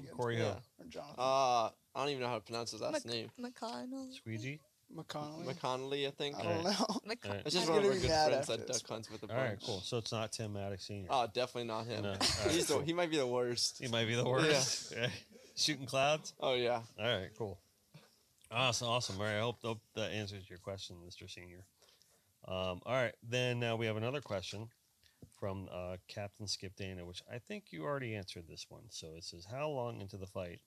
B: Corey?
D: pretty good.
B: Corey who?
C: Yeah.
D: Or Jonathan
C: Uh, I don't even know how to pronounce his last
E: Mc-
C: name.
E: McConnell.
B: Squeegee?
D: McConnell.
C: McConnelly, I think.
D: I don't know.
E: McConnell.
B: Alright.
C: It's just
D: I'm
C: one of
D: gonna
C: our
D: be
C: good
D: mad
C: friends
D: after
C: that
D: this.
C: duck hunts with a
B: All
C: bunch.
B: right, cool. So, it's not Tim Maddox Sr.
C: Oh, definitely not him.
B: No. All right,
C: He's the,
B: cool.
C: he might be the worst.
B: He might be the worst. Shooting clouds?
C: Oh yeah.
B: All right, cool. Awesome, awesome. All right, I hope, hope that answers your question, Mr. Senior. Um, all right, then uh, we have another question from uh, Captain Skip Dana, which I think you already answered this one. So it says, "How long into the fight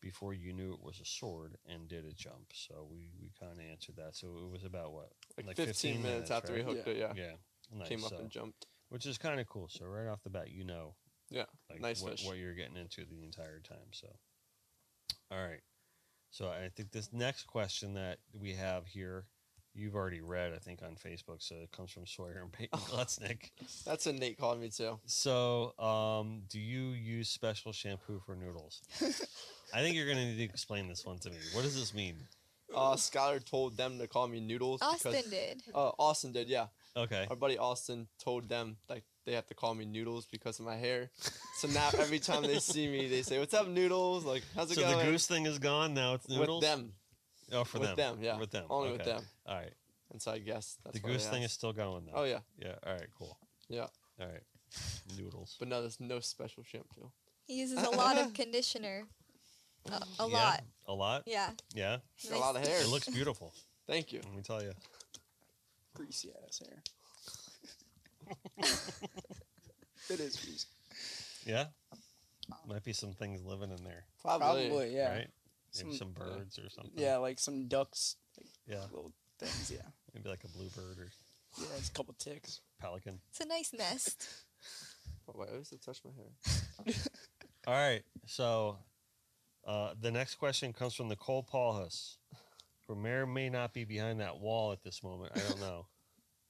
B: before you knew it was a sword and did it jump?" So we we kind of answered that. So it was about what
C: Like, 15, minutes after we
B: right?
C: hooked it, yeah.
B: Yeah, nice.
C: Came up
B: so-
C: and jumped.
B: which is kind of cool. So right off the bat, you know,
C: Yeah,
B: like
C: nice
B: what,
C: fish.
B: what you're getting into the entire time. So, all right. So I think this next question that we have here, you've already read, I think, on Facebook. So it comes from Sawyer and Peyton Glutznick.
C: That's what Nate called me too.
B: So, um, do you use special shampoo for noodles? I think you're going to need to explain this one to me. What does this mean?
C: Uh, Skylar told them to call me noodles.
E: Austin
C: Because,
E: did.
C: uh, Austin did, yeah.
B: Okay.
C: Our buddy Austin told them like they have to call me noodles because of my hair. So now every time they see me, they say, "What's up, noodles?" Like, how's it
B: So
C: going?
B: the goose thing is gone. Now it's noodles.
C: With them,
B: Oh, for
C: with
B: them.
C: them, yeah,
B: With them.
C: only with
B: Okay.
C: them.
B: All right.
C: And so I guess that's
B: the
C: why they
B: goose thing is
C: asked.
B: still going though.
C: Oh yeah,
B: Yeah. All right. Cool.
C: yeah.
B: All right. Noodles.
C: But no, there's no special shampoo.
E: He uses a lot of conditioner. A, a
B: Yeah,
E: lot.
B: A lot.
E: Yeah.
B: Yeah.
C: Got a lot of hair.
B: It looks beautiful.
C: Thank you.
B: Let me tell you.
D: Greasy ass hair. it is greasy.
B: Yeah. Might be some things living in there,
C: Probably.
D: Probably yeah.
B: right? Maybe
D: Some-
B: some
D: yeah.
B: birds or something.
D: Yeah, like some ducks,
B: Yeah.
D: little things. Yeah.
B: Maybe like a bluebird or
D: Yeah, it's a couple ticks.
B: pelican.
E: It's a nice nest.
C: Oh, wait, I used to touch my hair.
B: All right. So uh, the next question comes from Nicole Paulhus, who may or may not be behind that wall at this moment. I don't know.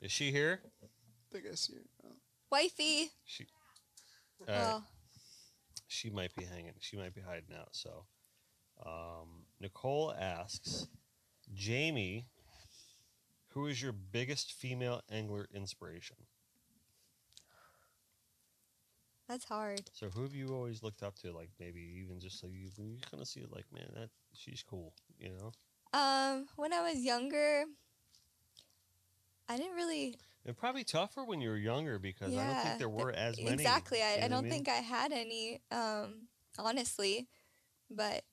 B: Is she here?
D: I think I see it. Oh.
E: Wifey.
B: She. All right.
E: Oh,
B: she might be hanging. She might be hiding out. So, um, Nicole asks, Jamie, who is your biggest female angler inspiration?
E: that's hard.
B: So, who have you always looked up to? Like maybe even just like you, you kind of see it, like man, that she's cool. You know,
E: Um, when I was younger, I didn't really
B: and probably tougher when you were younger because I don't
E: Yeah,
B: think there were as many.
E: exactly.
B: you know
E: I,
B: what
E: I don't
B: mean?
E: think I had any. Um, honestly, but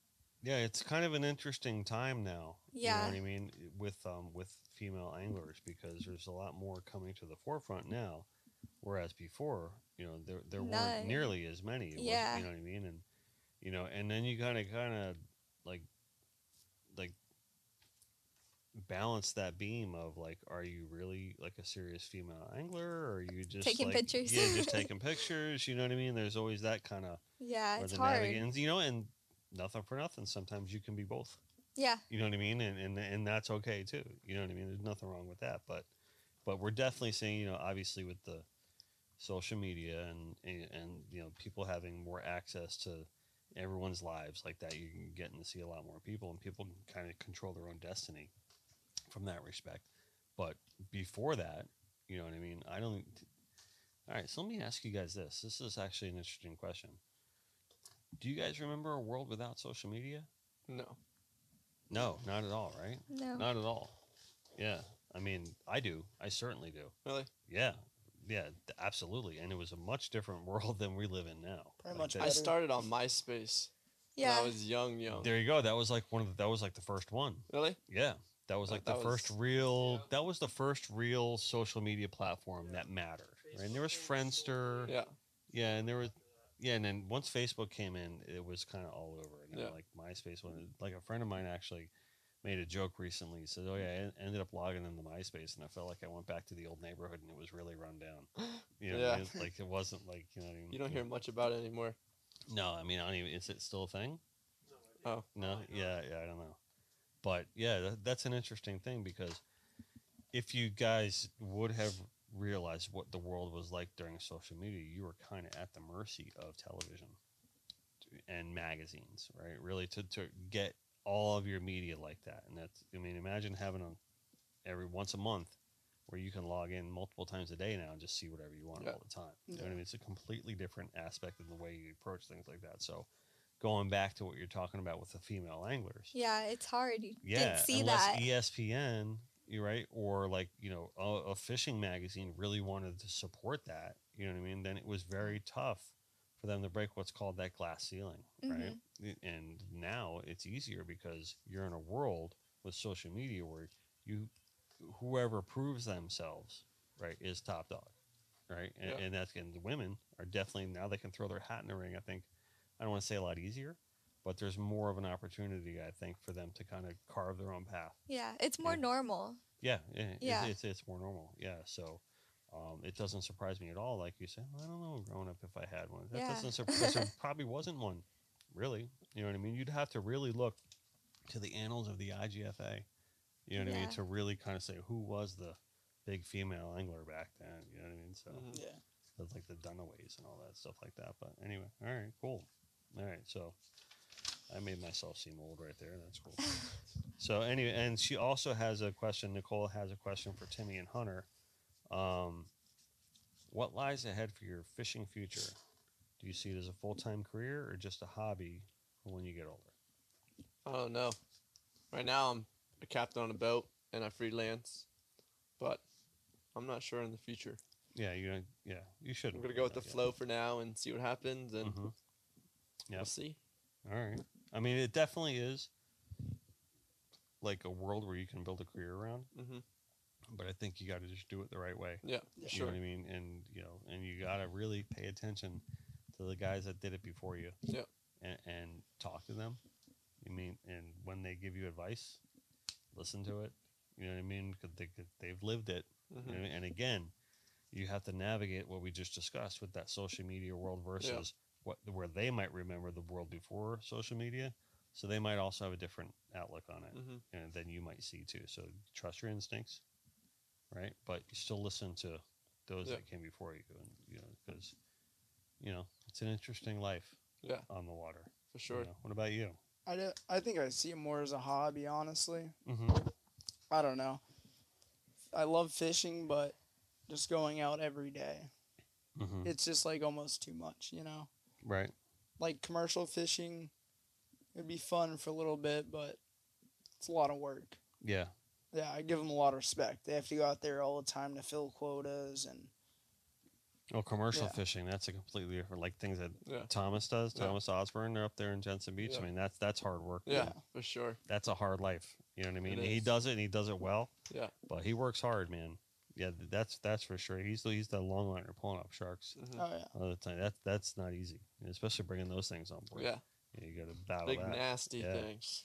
B: Yeah, it's kind of an interesting time now.
E: Yeah.
B: You know what I mean? With um with female anglers because there's a lot more coming to the forefront now. Whereas before, you know, there there
E: None.
B: weren't nearly as many. It wasn't-
E: Yeah.
B: You know what I mean? And you know, and then you kinda kinda like like balance that beam of like are you really like a serious female angler or are you just
E: Taking
B: like,
E: pictures.
B: yeah just taking pictures you know what i mean there's always that kind of
E: Yeah,
B: or
E: it's
B: the
E: hard.
B: navigans, you know, and nothing for nothing. Sometimes you can be both.
E: Yeah,
B: You know what I mean? And and and that's okay too. You know what I mean? There's nothing wrong with that. But but we're definitely seeing, you know, obviously with the social media and and, and you know, people having more access to everyone's lives like that, you're getting to see a lot more people and people can kind of control their own destiny from that respect. But before that, you know what I mean? I don't all right, so let me ask you guys this. This is actually an interesting question. Do you guys remember a world without social media?
C: No.
B: No, not at all, right?
E: no.
B: Not at all. Yeah. I mean, I do. I certainly do.
C: Really?
B: Yeah. Yeah, th- absolutely. And it was a much different world than we live in now.
D: Pretty
B: Like
D: much
B: that-
C: I
D: Better.
C: started on MySpace
E: yeah.
C: when I was young, young.
B: There you go. That was like one of the, that was like the first one.
C: Really?
B: Yeah. That was
C: Uh,
B: like the
C: that
B: first
C: was-
B: real
F: Yeah.
B: that was the first real social media platform
F: Yeah.
B: that mattered. Right? And
F: Facebook
B: there was
F: and social
B: Friendster.
F: media.
C: Yeah.
B: Yeah, and there was
F: After that.
B: yeah, and then once Facebook came in, it was kind of all over. And
C: Yeah.
B: like MySpace, when like a friend of mine actually made a joke recently, said, "Oh yeah, I en- ended up logging into MySpace, and I felt like I went back to the old neighborhood, and it was really run down. You know, what I
C: Yeah.
B: mean? It's like it wasn't like you know. What I mean?
C: You don't hear much about it anymore.
B: No, I mean, I don't even. Is it still a thing?
F: No idea.
C: Oh.
B: No,
F: Probably
B: yeah,
F: not.
B: yeah, I don't know, but yeah, that, that's an interesting thing because if you guys would have realized what the world was like during social media, you were kind of at the mercy of television and magazines, right? Really, to to get all of your media like that, and that's I mean, imagine having them every once a month where you can log in multiple times a day now and just see whatever you want
C: Yeah.
B: all the time. You know what I mean? It's a completely different aspect of the way you approach things like that. So going back to what you're talking about with the female anglers.
E: yeah, it's hard. You
B: Yeah,
E: didn't see
B: unless E
E: that.
B: ESPN, you right, or like you know a, a fishing magazine really wanted to support that. You know what I mean? Then it was very tough for them to break what's called that glass ceiling, right? I- And now it's easier because you're in a world with social media where you, whoever proves themselves, right, is top dog, right? And,
C: Yeah.
B: and that's and the women are definitely now they can throw their hat in the ring. I think I don't want to say a lot easier, but there's more of an opportunity, I think, for them to kind of carve their own path.
E: yeah, it's more
B: Yeah.
E: normal.
B: Yeah, yeah, it-
E: Yeah.
B: It's, it's more normal. Yeah, so um, it doesn't surprise me at all. Like you said, well, I don't know, growing up, if I had one, that
E: Yeah.
B: doesn't surprise. there probably wasn't one, really. You know what I mean? You'd have to really look to the annals of the IGFA. You know what I
E: Yeah.
B: mean? To really kind of say who was the big female angler back then. You know what I mean? So
C: Mhm.
D: Yeah.
B: that's like the Dunaways and all that stuff like that. But anyway, all right, cool. All right, so I made myself seem old right there. That's cool. so anyway, and she also has a question. Nicole has a question for Timmy and Hunter. Um, what lies ahead for your fishing future? Do you see it as a full time career or just a hobby for when you get older?
C: I don't know. Right now, I'm a captain on a boat and I freelance, but I'm not sure in the future.
B: Yeah, you know, yeah, you should.
C: I'm gonna go with the flow for now and see what happens, and
B: Mhm.
C: we'll
B: Yep.
C: see.
B: All right. I mean, it definitely is like a world where you can build a career around.
C: Mhm.
B: but I think you got to just do it the right way.
C: Yeah,
D: Yeah.
B: You know
C: sure.
B: what I mean? And you know, and you got to really pay attention to the guys that did it before you.
C: Yeah.
B: And, and talk to them. I mean, and when they give you advice, listen to it. You know what I mean? Because they, 'cause they've lived it.
C: Mhm.
B: You know, and again, you have to navigate what we just discussed with that social media world versus what where they might remember the world before social media. So they might also have a different outlook on it
C: Mhm.
B: and then you might see too. So trust your instincts, right? But you still listen to those
C: Yeah.
B: that came before you, and you know because you know it's an interesting life
C: Yeah,
B: on the water.
C: for
B: you
C: sure.
B: know? What about you?
D: I, do, I think I see it more as a hobby, honestly.
B: Mm-hmm.
D: I don't know. I love fishing, but just going out every day,
B: Mm-hmm.
D: it's just like almost too much, you know?
B: Right.
D: Like commercial fishing, it'd be fun for a little bit, but it's a lot of work.
B: Yeah.
D: Yeah, I give them a lot of respect. They have to go out there all the time to fill quotas and
B: Oh, commercial
D: Yeah.
B: fishing. That's a completely different, like things that
C: Yeah.
B: Thomas does.
C: Yeah.
B: Thomas Osborne, they're up there in Jensen Beach.
C: Yeah.
B: I mean, that's that's hard work.
C: Yeah,
D: Yeah.
C: for sure.
B: That's a hard life. You know what I mean?
C: It
B: He
C: is.
B: does it and he does it well.
C: Yeah.
B: But he works hard, man. Yeah, th- that's that's for sure. He's the he's the longliner pulling up sharks.
C: Mhm.
D: Oh yeah.
B: All the time. That that's not easy, and especially bringing those things on board.
C: yeah,
B: Yeah, you got to battle
C: big
B: that.
C: nasty
B: Yeah.
C: things.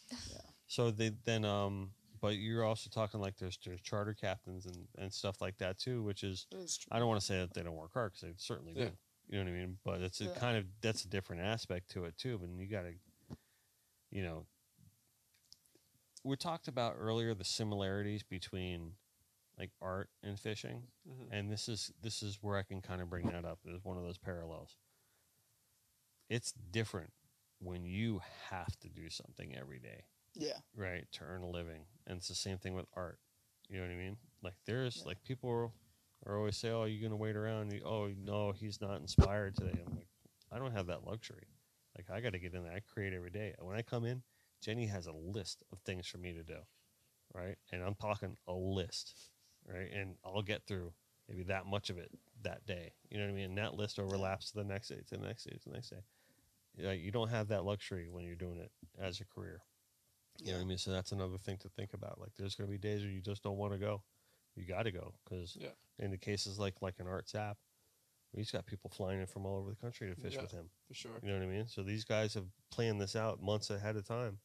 B: So they then um, but you're also talking like there's there's charter captains and and stuff like that too, which is
D: It's true.
B: I don't want to say that they don't work hard because they certainly
C: Yeah.
B: do. You know what I mean? But it's a
D: Yeah.
B: kind of that's a different aspect to it too. But you got to, you know, we talked about earlier the similarities between like art and fishing,
C: Mhm.
B: and this is this is where I can kind of bring that up. Is one of those parallels. It's different when you have to do something every day
D: Yeah.
B: right to earn a living and it's the same thing with art you know what i mean like there's
D: Yeah.
B: like people are, are always say oh you're gonna wait around you, oh no he's not inspired today i'm like i don't have that luxury like i gotta get in there i create every day when i come in jenny has a list of things for me to do right and i'm talking a list right and i'll get through maybe that much of it that day you know what i mean and that list overlaps to the next day to the next day to the next day Yeah, you don't have that luxury when you're doing it as a career you know what I mean? So that's another thing to think about. Like, there's going to be days where you just don't want to go. You got to go because
C: Yeah.
B: in the cases like like an arts app, he's got people flying in from all over the country to fish
C: Yeah.
B: with him.
C: For sure.
B: You know what I mean? So these guys have planned this out months ahead of time.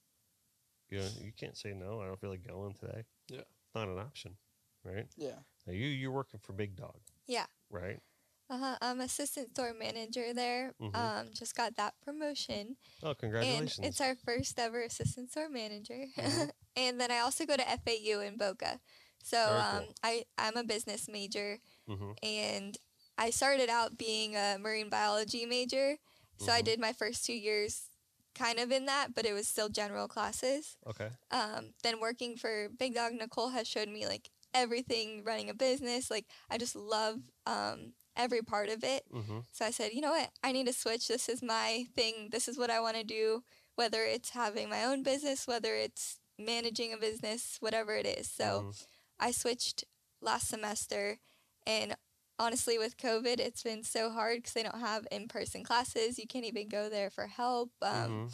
B: You know, you can't say no. I don't feel like going today.
C: Yeah.
B: not an option, right?
D: Yeah.
B: Now you you're working for Big Dog.
E: Yeah.
B: Right.
E: Uh-huh. I'm assistant store manager there.
B: Mhm.
E: Um, just got that promotion.
B: Oh, congratulations!
E: And it's our first ever assistant store manager.
B: Mhm.
E: and then I also go to FAU in Boca. So
B: Very
E: um,
B: cool.
E: I, I'm a business major
B: hmm
E: and I started out being a marine biology major. So I
B: Mhm.
E: did my first two years kind of in that, but it was still general classes
B: Okay.
E: um, then working for Big Dog Nicole has showed me like everything running a business. Like I just love um, every part of it.
B: hmm
E: So I said, you know what? I need to switch. This is my thing. This is what I want to do. Whether it's having my own business, whether it's managing a business, whatever it is. So
B: Mm-hmm.
E: I switched last semester, and honestly, with COVID, it's been so hard because they don't have in-person classes. You can't even go there for help. Um,
B: Mm-hmm.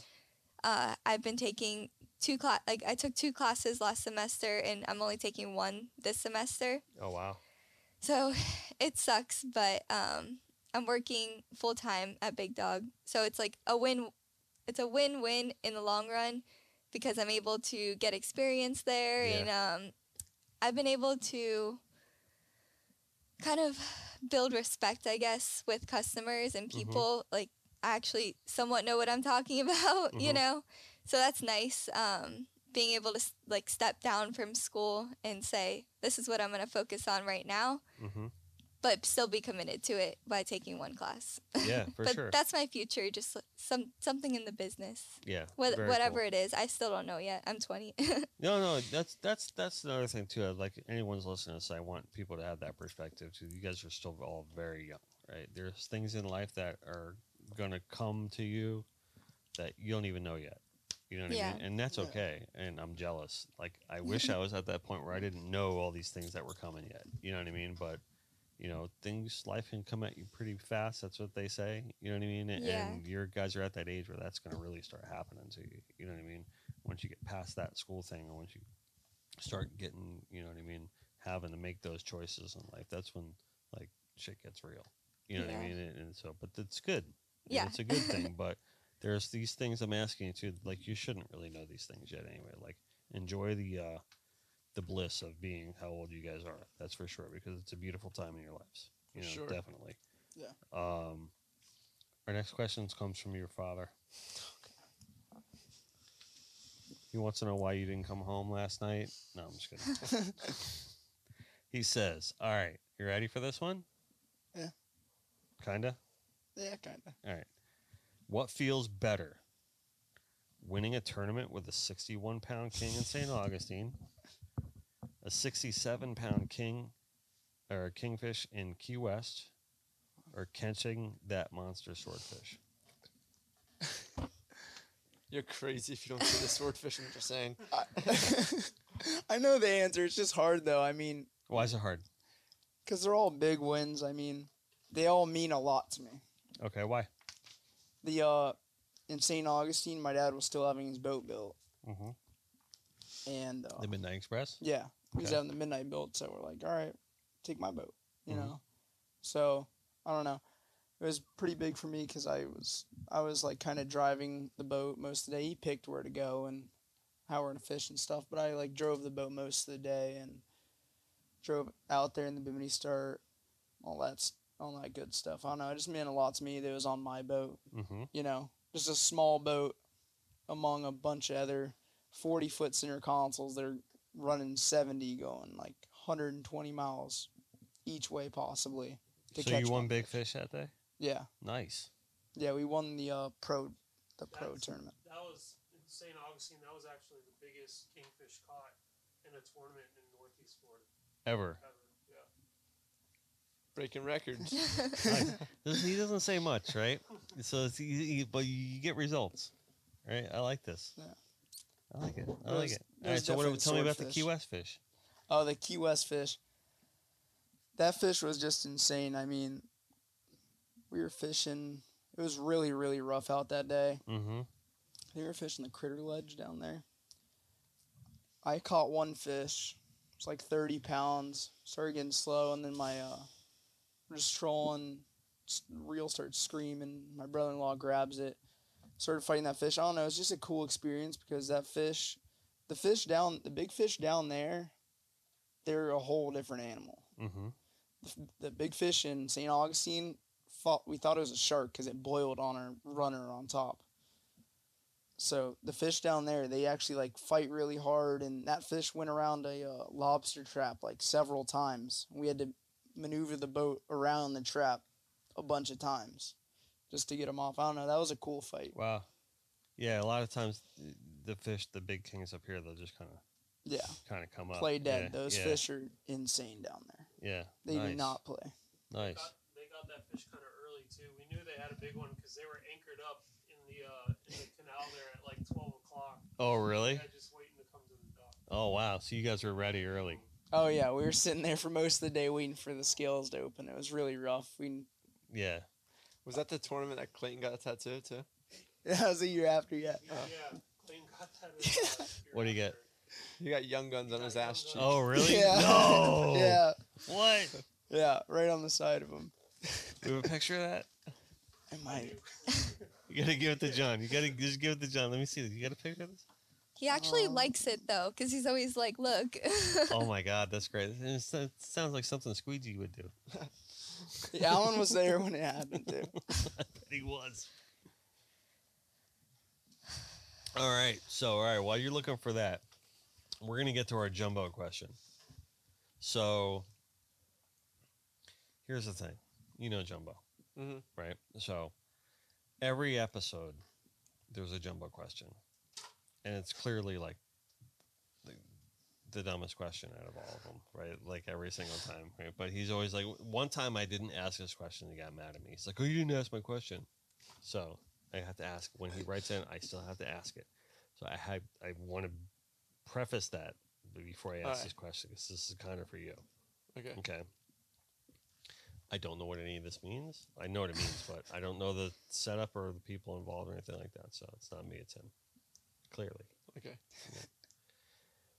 E: uh, I've been taking two class like I took two classes last semester and I'm only taking one this semester.
B: Oh wow.
E: So it sucks, but um, I'm working full time at Big Dog, so it's like a win. It's a win-win in the long run because I'm able to get experience there,
B: Yeah.
E: and um, I've been able to kind of build respect, I guess, with customers and
B: Mhm.
E: people. Like I actually somewhat know what I'm talking about, you
B: Mhm.
E: know. So that's nice. Um, being able to s- like step down from school and say, "This is what I'm going to focus on right now,"
B: hmm
E: but still be committed to it by taking one class.
B: Yeah, for
E: but
B: sure.
E: that's my future, just like, some something in the business,
B: Yeah.
E: Wh-
B: very cool.
E: whatever it is. I still don't know yet. I'm 20.
B: No, no, that's that's that's another thing too. I'd Like anyone's listening to this, I want people to have that perspective too. You guys are still all very young, right? There's things in life that are gonna come to you that you don't even know yet. You know what I
E: Yeah.
B: mean? And that's
D: Yeah.
B: okay. And I'm jealous. Like I wish I was at that point where I didn't know all these things that were coming yet. You know what I mean? But you know, things life can come at you pretty fast. That's what they say. You know what I mean? And
E: Yeah.
B: your guys are at that age where that's gonna really start happening to you. You know what I mean? once you get past that school thing and once you start getting you know what i mean having to make those choices in life that's when like shit gets real you know what i
E: Yeah.
B: mean and, and so but that's good You know,
E: Yeah.
B: it's a good thing but there's these things i'm asking you to like you shouldn't really know these things yet anyway like enjoy the uh the bliss of being how old you guys are that's for sure because it's a beautiful time in your lives you know
C: Sure.
B: definitely
D: Yeah.
B: um our next question comes from your father He wants to know why you didn't come home last night. No, I'm just kidding. he says, All right, you ready for this one?
D: Yeah.
B: Kinda?
D: Yeah, kind of.
B: All right. What feels better? Winning a tournament with a 61 pound king in St. Augustine, a 67 pound king or kingfish in Key West, or catching that monster swordfish?
C: You're crazy if you don't see the swordfish. I'm just saying.
D: I, I know the answer. It's just hard though. I mean,
B: Why is it hard?
D: because they're all big wins. I mean, they all mean a lot to me.
B: Okay, why?
D: The uh, in St. Augustine, my dad was still having his boat built,
B: hmm
D: Mm-hmm. and uh,
B: The Midnight Express.
D: Yeah, he was
B: Okay.
D: having the midnight build, so we're like, all right, take my boat, you
B: Mhm.
D: know. So I don't know. It was pretty big for me because I was I was like kind of driving the boat most of the day. He picked where to go and how we're gonna fish and stuff, but I like drove the boat most of the day and drove out there in the Bimini Star, all that s- all that good stuff. I don't know. It just meant a lot to me that it was on my boat
B: hmm
D: you know, just a small boat among a bunch of other 40 foot center consoles that are running 70, going like 120 miles each way, possibly. To
B: So
D: catch
B: you won
D: one
B: big fish that day.
D: Yeah.
B: Nice.
D: Yeah. We won the uh, pro, the Oh, pro
F: That's-
D: tournament.
F: That was in St. Augustine. That was actually the biggest kingfish caught in a tournament in Northeast Florida
B: Ever.
F: ever. Yeah.
C: Breaking records.
B: Nice. This- he doesn't say much, right? So it's easy, but you get results, right? I like this.
D: Yeah.
B: I like it. I like
D: There's-
B: it. All
D: there's
B: right. So what?
D: different
B: Tell me about the
D: swordfish.
B: Key West fish.
D: Oh, the Key West fish. That fish was just insane. I mean, we were fishing. It was really, really rough out that day.
B: Mm-hmm.
D: I think we were fishing the critter ledge down there. I caught one fish. It's like 30 pounds. Started getting slow, and then my uh, we're just trolling s- reel starts screaming. My brother-in-law grabs it. Started fighting that fish. I don't know. It's just a cool experience because that fish, the fish down, the big fish down there, they're a whole different animal.
B: Mm-hmm.
D: The big fish in St. Augustine, fought, we thought it was a shark because it boiled on our runner on top. So the fish down there, they actually like fight really hard, and that fish went around a uh, lobster trap like several times. We had to maneuver the boat around the trap a bunch of times just to get them off. I don't know. That was a cool fight.
B: Wow. Yeah. A lot of times, th- the fish, the big kings up here, they'll just kind of
D: Yeah,
B: kind of come up.
D: play dead.
B: Yeah,
D: Those
B: yeah,
D: fish are insane down there.
B: Yeah.
D: They
B: nice.
D: do not play.
B: Nice.
F: Got, they got that fish kind of early too. We knew they had a big one because they were anchored up in the uh, in the canal there at like 12 o'clock.
B: Oh really?
F: Yeah, just waiting to come to the dock.
B: Oh wow. So you guys were ready early.
D: Oh yeah, we were sitting there for most of the day waiting for the scales to open. It was really rough. We
B: Yeah.
C: Was that the tournament that Clayton got a tattoo too?
D: that was a year after. Yeah.
F: Yeah, yeah. Clayton got that. as, uh, your
B: What do you get?
F: after.
C: He got young guns on his ass cheek.
B: Oh really?
D: Yeah.
B: No.
D: Yeah.
B: What?
D: Yeah. Right on the side of him.
B: We have a picture of that.
D: I might.
B: You gotta give it to John. You gotta just give it to John. Let me see this. You got a picture of this?
E: He actually
D: Um,
E: likes it though, because he's always like, "Look,
B: Oh my god, that's great. It s- it sounds like something Squeegee would do.
D: Yeah, Alan was there when it happened too.
B: He was. All right. So, all right. While you're looking for that, we're gonna get to our jumbo question. So, here's the thing. You know jumbo,
C: Mhm.
B: right? So, every episode, there's a jumbo question, and it's clearly like the, the dumbest question out of all of them, right? Like every single time, right? But he's always like, one time I didn't ask this question, he got mad at me. He's like, "Oh, you didn't ask my question," so I have to ask. When he writes in, I still have to ask it. So I had, I want to preface that before I ask
C: Alright.
B: this question because this is kind of for you.
C: Okay.
B: Okay. I don't know what any of this means. I know what it means, but I don't know the setup or the people involved or anything like that. So it's not me, it's him. Clearly.
C: Okay.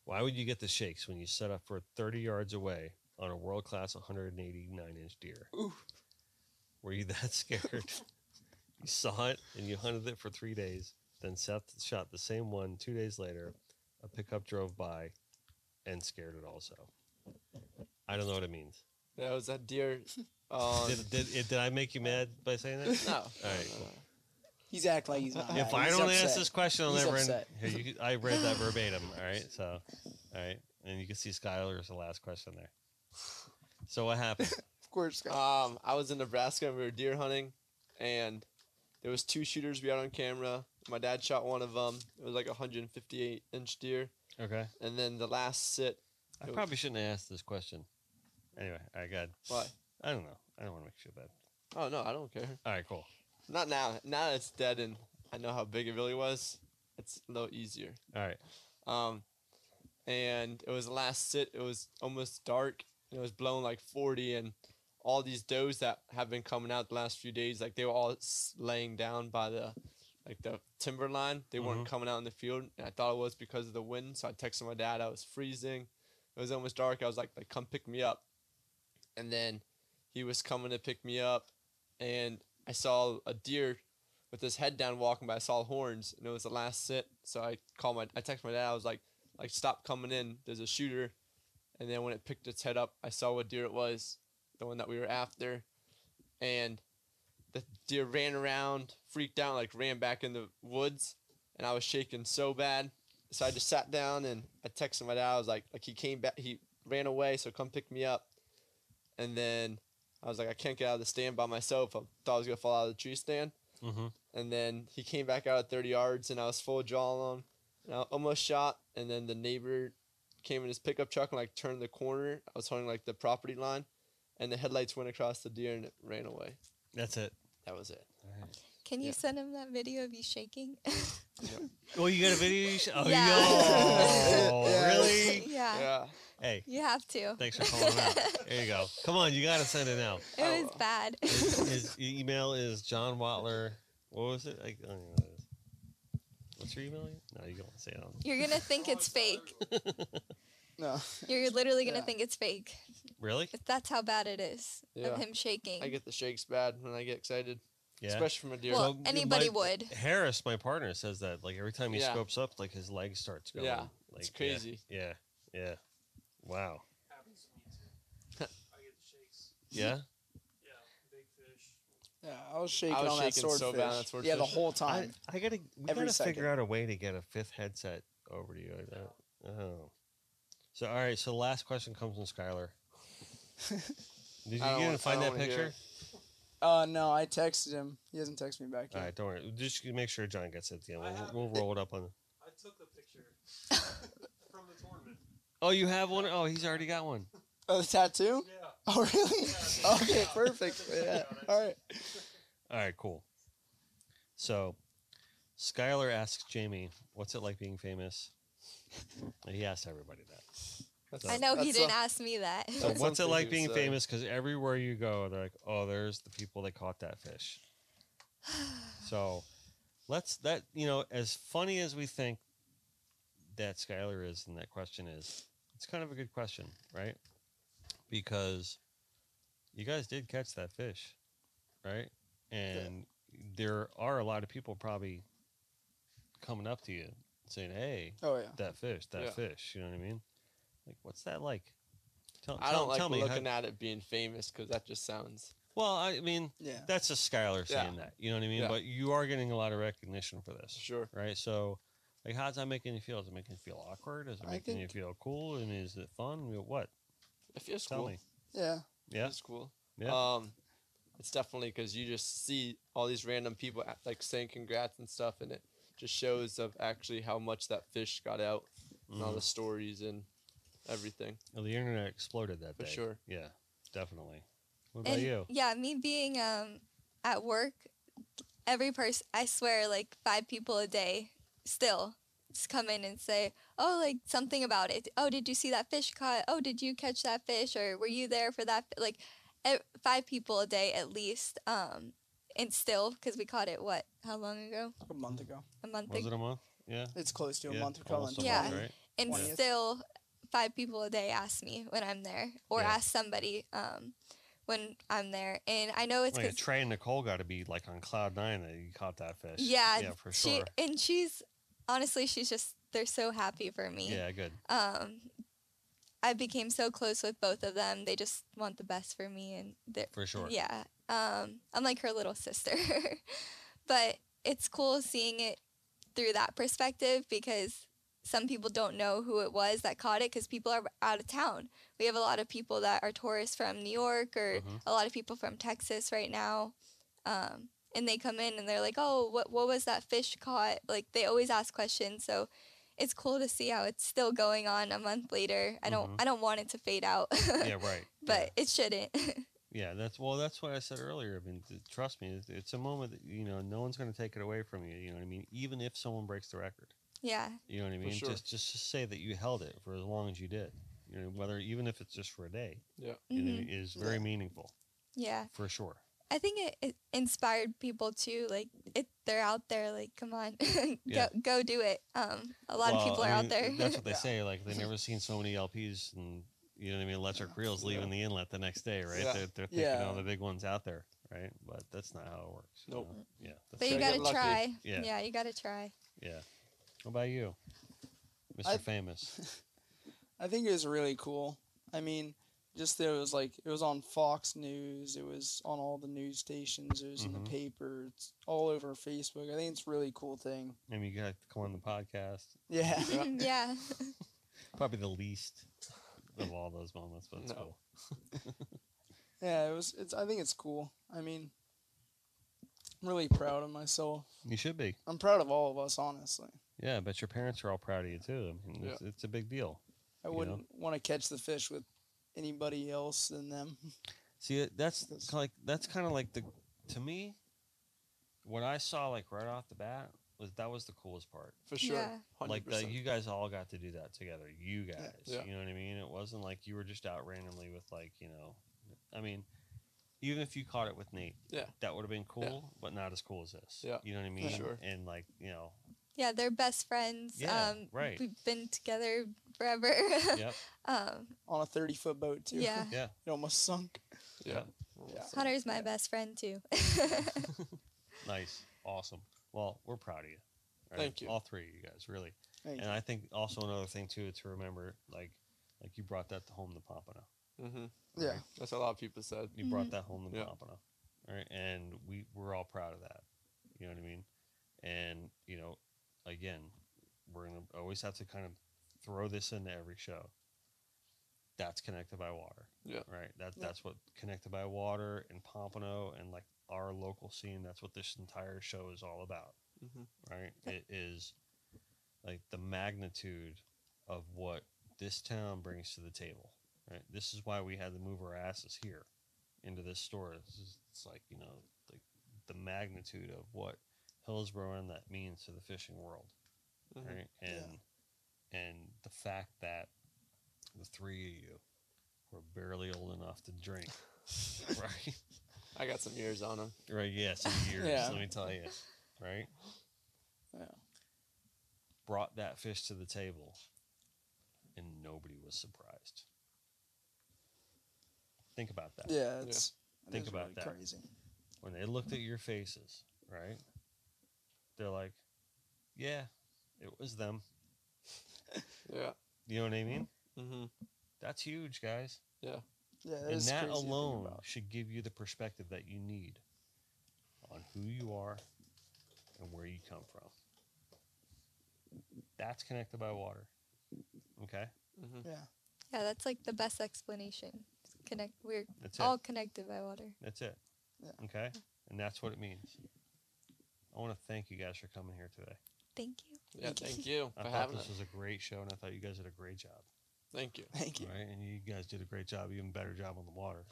B: Why would you get the shakes when you set up for 30 yards away on a world class 189 inch deer? Were you that scared? you saw it and you hunted it for three days, then Seth shot the same one two days later. A pickup drove by and scared it also. I don't know what it means.
C: That was that deer. Um,
B: Did, did, it- did I make you mad by saying that?
C: no.
B: All right.
C: no, no, no.
D: He's acting like he's not.
B: If
D: happy.
B: I
D: He's
B: don't ask
D: upset.
B: this question, I'll
D: He's
B: never. End,
D: upset.
B: here, you, can- I read that verbatim. All right, so, all right, and you can see Skylar's the last question there. So what happened?
D: of course.
B: Uh,
D: Scott.
C: Um, I was in Nebraska and we were deer hunting, and there was two shooters we had on camera. My dad shot one of them. It was like a 158 inch deer,
B: Okay,
C: and then the last sit.
B: I probably shouldn't have asked this question. Anyway, I got.
C: Why?
B: I don't know. I don't want to make you feel bad.
C: Oh no, I don't care.
B: All right, cool.
C: Not now. Now that it's dead, and I know how big it really was. It's a little easier.
B: All right.
C: Um, and it was the last sit. It was almost dark. And it was blowing like 40, and all these does that have been coming out the last few days, like they were all s- laying down by the like the timber line. They weren't coming out in the field. And I thought it was because of the wind. So I texted my dad. I was freezing. It was almost dark. I was like, like come pick me up. And then he was coming to pick me up, and I saw a deer with his head down walking by. I saw horns, and it was the last sit. So I called my, I texted my dad. I was like, like stop coming in. There's a shooter. And then when it picked its head up, I saw what deer it was, the one that we were after, and the deer ran around, freaked out, like ran back in the woods, and I was shaking so bad. So I just sat down and I texted my dad. I was like, like he came back, he ran away, so come pick me up. And then I was like, I can't get out of the stand by myself. I thought I was gonna fall out of the tree stand.
D: Mm-hmm.
B: Mhm.
C: And then he came back out at 30 yards, and I was full jaw on him. And I almost shot. And then the neighbor came in his pickup truck and like turned the corner. I was holding like the property line, and the headlights went across the deer and it ran away.
B: That's it.
C: That was it.
E: Can you
C: Yeah.
E: send him that video of you shaking?
B: Oh, you got a video? You sh- oh,
E: Yeah.
B: yo,
D: Yeah.
B: really?
E: yeah,
C: Yeah.
B: Hey,
E: you have to.
B: thanks for calling out. There you go. Come on, you got to send it out.
C: I
E: It was
C: will.
E: bad.
B: His, his e- email is John Watler. What was it? I, I don't even know what it is. What's your email? again? No, you don't want to say it. on-
E: You're gonna think it's fake.
D: No.
E: You're literally gonna
D: Yeah.
E: think it's fake.
B: Really?
E: If that's how bad it is
C: Yeah.
E: of him shaking.
C: I get the shakes bad when I get excited,
B: Yeah.
C: especially from a deer.
E: Well,
B: So,
E: anybody
B: my-
E: would.
B: Harris, my partner, says that like every time he
C: Yeah.
B: scopes up, like his leg starts going.
C: Yeah,
B: like,
C: it's
B: yeah,
C: crazy.
B: Yeah, yeah, Wow.
F: Happens to me too. I get the shakes.
B: Yeah.
F: Yeah, big fish.
D: Yeah, I was shaking on that
C: shaking so
D: swordfish.
C: bad on that
D: Yeah, the
C: swordfish.
D: whole
B: I,
D: time.
B: I gotta. We
D: Every
B: gotta
D: second.
B: figure out a way to get a fifth headset over to you. I don't- Oh. So all right. So the last question comes from Skylar. Did you
C: I don't
B: get
C: wanna-
B: to
C: I
B: find
C: don't
B: that
C: wanna hear
B: picture?
C: it.
D: Uh, no, I texted him. He hasn't texted me back
B: All
D: yet.
B: right, don't worry. Just make sure John gets it at the end.
F: I
B: We'll,
F: have
B: we'll roll it up on.
F: I took the picture from the tournament.
B: Oh, you have one? Oh, he's already got one.
D: Oh, the tattoo?
F: Yeah.
D: Oh, really?
F: Yeah.
D: okay, perfect. Yeah. All right.
B: All right, cool. So, Skylar asks Jamie, "What's it like being famous?" he asked everybody that.
C: That's-
E: I know he
C: that's
E: didn't
C: a-
E: ask me that.
B: So,
C: That's
B: what's it
C: something
B: like
C: you
B: being
C: say.
B: famous? Because everywhere you go, they're like, "Oh, there's the people that caught that fish." so, let's that you know, as funny as we think that Skylar is, and that question is, it's kind of a good question, right? Because you guys did catch that fish, right? And there are a lot of people probably coming up to you saying, "Hey,
D: Oh, yeah.
B: that fish, that
C: Yeah.
B: fish." You know what I mean? Like, what's that like? Tell,
C: I
B: tell-
C: don't like
B: tell me how-
C: looking at it being famous because that just sounds.
B: well, I mean,
D: Yeah.
B: that's just Skylar
C: Yeah.
B: saying that. You know what I mean?
C: Yeah.
B: But you are getting a lot of recognition for this,
C: Sure.
B: right? So, like, how's that making you feel? Is it making you feel awkward? Is it
D: I
B: making you
D: think-
B: feel cool? And is it fun? I mean, What?
C: It feels
B: Tell
C: cool.
B: me.
D: Yeah.
B: Yeah.
C: It's cool.
B: Yeah.
C: Um, it's definitely because you just see all these random people at- like saying congrats and stuff, and it just shows of actually how much that fish got out and all
B: Mhm.
C: the stories and everything.
B: Well, the internet exploded that
C: For
B: day.
C: sure.
B: Yeah, definitely. What about
E: and
B: you?
E: yeah, me being um at work, every person I swear like five people a day still just come in and say, "Oh, like something about it. Oh, did you see that fish caught? Oh, did you catch that fish? Or were you there for that?" fi-" Like e- five people a day at least. Um, and still because we caught it what? How long ago?
D: A month ago.
E: A month
B: Was
E: ago.
B: it a month? Yeah.
D: It's close to a
B: yeah.
D: month ago.
B: almost a
E: Yeah.
B: month, right?
E: and
D: 20th.
E: still five people a day ask me when I'm there or
B: Yeah.
E: ask somebody um, when I'm there. And I know it's
B: Like,
E: 'cause-
B: Trey and Nicole got to be like on cloud nine that you caught that fish.
E: yeah,
B: yeah, for
E: she
B: sure.
E: and she's honestly she's just they're so happy for me.
B: Yeah, good.
E: Um, I became so close with both of them. They just want the best for me and they're
B: For sure.
E: Yeah. Um, I'm like her little sister. but it's cool seeing it through that perspective because some people don't know who it was that caught it because people are out of town. We have a lot of people that are tourists from New York or
B: Mhm.
E: a lot of people from Texas right now. Um, and they come in and they're like, oh, what, what was that fish caught? Like they always ask questions. So it's cool to see how it's still going on a month later. I don't,
B: Mhm.
E: I don't want it to fade out,
B: Yeah, right.
E: but it shouldn't.
B: yeah. yeah, that's well, that's what I said earlier. I mean, th- trust me, it's, it's a moment that you know no one's going to take it away from you. You know what I mean? Even if someone breaks the record,
E: yeah.
B: you know what I mean?
C: sure.
B: Just just to say that you held it for as long as you did. You know, whether even if it's just for a day,
C: Yeah.
B: you know,
E: Mhm.
B: is very meaningful.
E: Yeah.
B: for sure.
E: I think it, it inspired people too. Like it, they're out there. Like, come on, go
B: Yeah.
E: go do it. Um, a lot
B: Well,
E: of people
B: I
E: are
B: mean,
E: out there.
B: That's what they
D: Yeah. say,
B: say. Like they never seen so many LPs and you know what I mean. Electric reels leaving the inlet the next day, right?
C: Yeah.
B: They're, they're thinking
D: Yeah.
B: all the big ones out there, right? But that's not how it works. you
C: Nope.
B: know? Yeah. That's
E: but you gotta
C: Gotta get lucky.
E: try.
B: Yeah.
E: Yeah. you gotta try.
B: Yeah. What about you, Mr.
D: I-
B: Famous?
D: I think it was really cool. I mean, just that it was like it was on Fox News, it was on all the news stations, it was in
B: Mhm.
D: the paper, it's all over Facebook. I think it's a really cool thing.
B: I mean, you got to come on the podcast.
D: Yeah.
E: yeah.
B: Probably the least of all those moments, but it's
C: No.
B: cool.
D: Yeah, it was it's I think it's cool. I mean I'm really proud of myself.
B: You should be.
D: I'm proud of all of us, honestly.
B: Yeah, but your parents are all proud of you too. I mean,
C: Yeah.
B: it's, it's a big deal.
D: I
B: You know?
D: wouldn't want to catch the fish with anybody else than them.
B: See, that- that's
D: That's-
B: ki- like that's kind of like the to me. What I saw like right off the bat was that was the coolest part.
C: for sure.
E: Yeah.
C: 100%.
B: Like that, you guys all got to do that together. You guys,
C: Yeah.
B: you know what I mean. It wasn't like you were just out randomly with like you know, I mean, even if you caught it with Nate,
C: Yeah.
B: that would have been cool, but not as cool as this.
C: Yeah,
B: you know what I mean.
C: sure.
B: And like you know,
E: Yeah, they're best friends.
B: Yeah,
E: um,
B: right.
E: We've been together forever.
B: yep,
E: um,
D: on a 30 foot boat too.
E: yeah.
B: yeah,
D: it almost sunk.
C: yeah.
D: Yeah.
E: Hunter's my best friend too.
B: nice, awesome. Well, we're proud of you. right?
C: Thank you.
B: all three of you guys, really.
D: Thank
B: And I think also another thing too to remember, like like you brought that to home to Pompano.
C: hmm
D: you. Yeah.
B: right?
C: That's what a lot of people said.
B: You brought that home to
C: Yeah.
B: Pompano. All right. And we, we're all proud of that. You know what I mean? And, you know, again, we're gonna always have to kind of throw this into every show. That's connected by water.
C: Yeah.
B: Right. That
D: Yeah.
B: that's what connected by water and Pompano and like our local scene, that's what this entire show is all about
C: hmm
B: right? It is like the magnitude of what this town brings to the table, right? This is why we had to move our asses here into this store. It's, just- it's like, you know, like the magnitude of what Hillsborough and that means to the fishing world,
C: Mhm.
B: right?
D: Yeah.
B: And and the fact that the three of you were barely old enough to drink, right?
C: I got some years on them.
B: Right? Yes, years.
D: Yeah.
B: Let me tell you, right?
D: Yeah.
B: brought that fish to the table and nobody was surprised. Think about that.
D: Yeah, it's it
B: Think
D: is
B: about
D: really
B: that.
D: Crazy.
B: When they looked at your faces, right? They're like, yeah, it was them.
C: Yeah.
B: You know what I mean?
C: Mm-hmm.
B: That's huge, guys.
D: Yeah, that
B: and
D: is
B: that
D: crazy to think
B: alone
D: about.
B: should give you the perspective that you need on who you are and where you come from. That's connected by water. Okay?
C: Mm-hmm.
D: Yeah,
E: Yeah, that's like the best explanation. Connect. We're
B: That's it.
E: all connected by water.
B: That's it.
D: Yeah.
B: Okay? And that's what it means. I want to thank you guys for coming here today.
E: Thank you.
C: Yeah. Thank you
B: I
C: for
B: thought
C: having
B: this
C: us.
B: was a great show, and I thought you guys did a great job.
C: Thank you.
D: thank you.
B: Right? And you guys did a great job, even better job on the water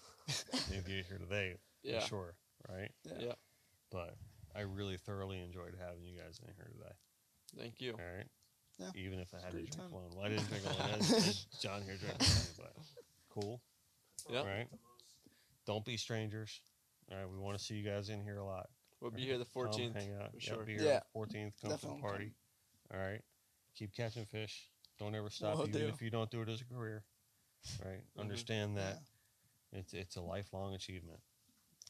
B: than you did here today,
C: Yeah.
B: for sure. Right?
C: Yeah.
B: But I really thoroughly enjoyed having you guys in here today.
C: Thank you.
B: All right?
D: Yeah.
B: Even if I had to
D: Great
B: drink
D: time.
B: alone. Well, I didn't drink alone. I had John here drinking alone, but cool.
C: Yeah.
B: Right? Don't be strangers. All right? We want to see you guys in here a lot.
C: We'll be
B: Right.
C: here the
B: Come
C: 14th.
B: hang out.
C: for
B: Yeah,
C: sure.
B: be here
D: Yeah.
B: on the 14th. Come
D: Definitely
B: to the party. All right. Keep catching fish. Don't ever stop,
D: Will
B: even
D: do. Mm-hmm.
B: if you don't do it as a career. Right. Understand that it's it's a lifelong achievement.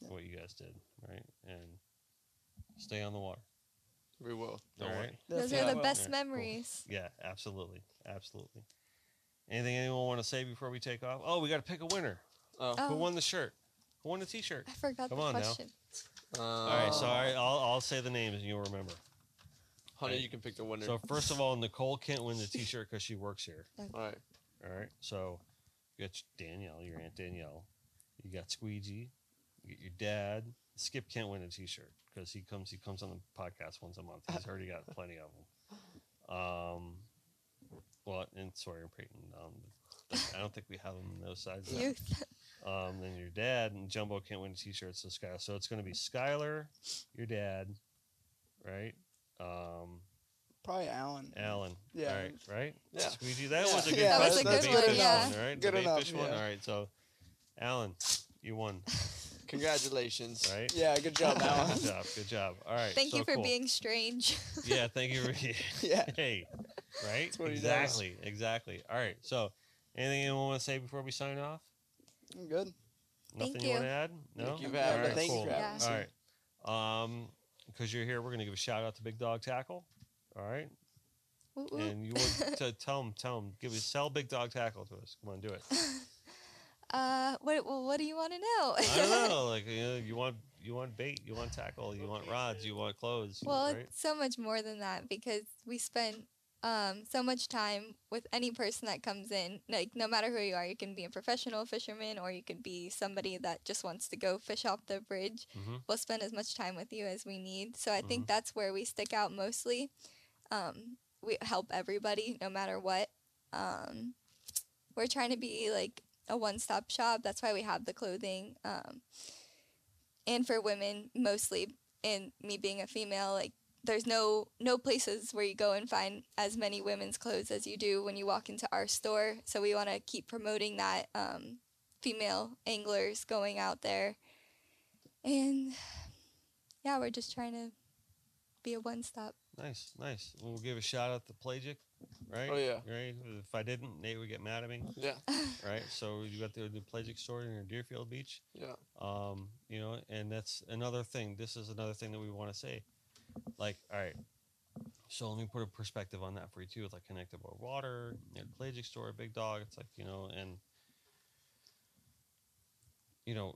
D: Yeah.
B: What you guys did, right? And stay on the water.
C: We will.
B: All
C: Don't
B: right.
C: worry.
E: Those
D: Definitely.
E: are the
D: Well,
E: best
B: Yeah, cool.
E: memories.
B: Yeah, absolutely, absolutely. Anything anyone want to say before we take off? Oh, we got to pick a winner.
C: Oh.
E: Oh,
B: Who won the shirt? Who won the T-shirt?
E: I forgot
B: Come
E: the
B: on now.
E: question.
B: All right,
C: Um,
B: so all right, I'll I'll say the names and you'll remember.
C: Hunter,
B: Hey.
C: you can pick the winner.
B: So first of all, Nicole can't win the T-shirt because she works here.
C: all right.
B: All right. So you got your Danielle, your Aunt Danielle. You got Squeegee. You got your dad. Skip can't win a T-shirt because he comes. He comes on the podcast once a month. He's already got plenty of them. Um, well, and Sawyer and Peyton. Um, I don't think we have them on those sides. yet.
E: Youth.
B: Um, then your dad and Jumbo can't win a T-shirt, so Sky. So it's going to be Skylar, your dad, right? Um,
D: Probably Alan.
B: Alan.
D: Yeah.
B: All right. Right.
C: Yeah.
B: Squeegee. That
D: Yeah.
B: was a good
D: Yeah,
E: that was
B: question.
E: a
B: The
E: good
B: bait
E: one,
B: fish
E: yeah.
B: All right.
D: Good
B: the bait
D: enough,
B: fish one.
D: yeah.
B: All right. So, Alan, you won.
C: Congratulations.
B: right?
D: Yeah, good job, Alan.
B: Good job. Good job. All right.
E: Thank
B: so
E: you for
B: cool.
E: being strange.
B: Yeah, thank you for
D: yeah.
B: Hey, right?
D: what he does.
B: exactly. Exactly. All right. So, anything you want to say before we sign off?
D: I'm good.
B: Nothing
E: Thank
B: you, want to
E: you.
B: add? No.
C: Thank you for
D: Yeah,
B: All
C: having
B: right.
D: but
C: us.
D: thank you
B: cool.
D: for having
E: Yeah.
D: us.
B: All right. Um, because you're here, we're gonna give a shout out to Big Dog Tackle. All right.
E: Woo, woo.
B: And you want to tell him, tell him, give us sell Big Dog Tackle to us. Come on, do it.
E: Uh, what? Well, what do you want to know?
B: I don't know. Like you, know, you want you want bait, you want tackle, you want rods, you want clothes. you-
E: Well,
B: right?
E: it's so much more than that because we spend um, so much time with any person that comes in. Like, no matter who you are, you can be a professional fisherman or you could be somebody that just wants to go fish off the bridge.
B: Mhm.
C: Mm-hmm.
E: We'll spend as much time with you as we need. So I
B: Mhm.
E: think that's where we stick out mostly. Um, we help everybody no matter what. Um, we're trying to be like a one stop shop. That's why we have the clothing. Um, and for women mostly and me being a female like there's no no places where you go and find as many women's clothes as you do when you walk into our store so we want to keep promoting that um, female anglers going out there and yeah we're just trying to be a one-stop
B: Nice, nice. We'll give a shout out to Plagic, right?
C: Oh, yeah.
B: Right. If I didn't, Nate would get mad at me,
C: Yeah.
B: right? So you got the, the Plagic store in Deerfield Beach.
C: Yeah.
B: um, you know, and that's another thing. This is another thing that we want to say. Like, all right, so let me put a perspective on that for you too. It's like connected with water, you know, pelagic store, big dog. It's like you know, and you know,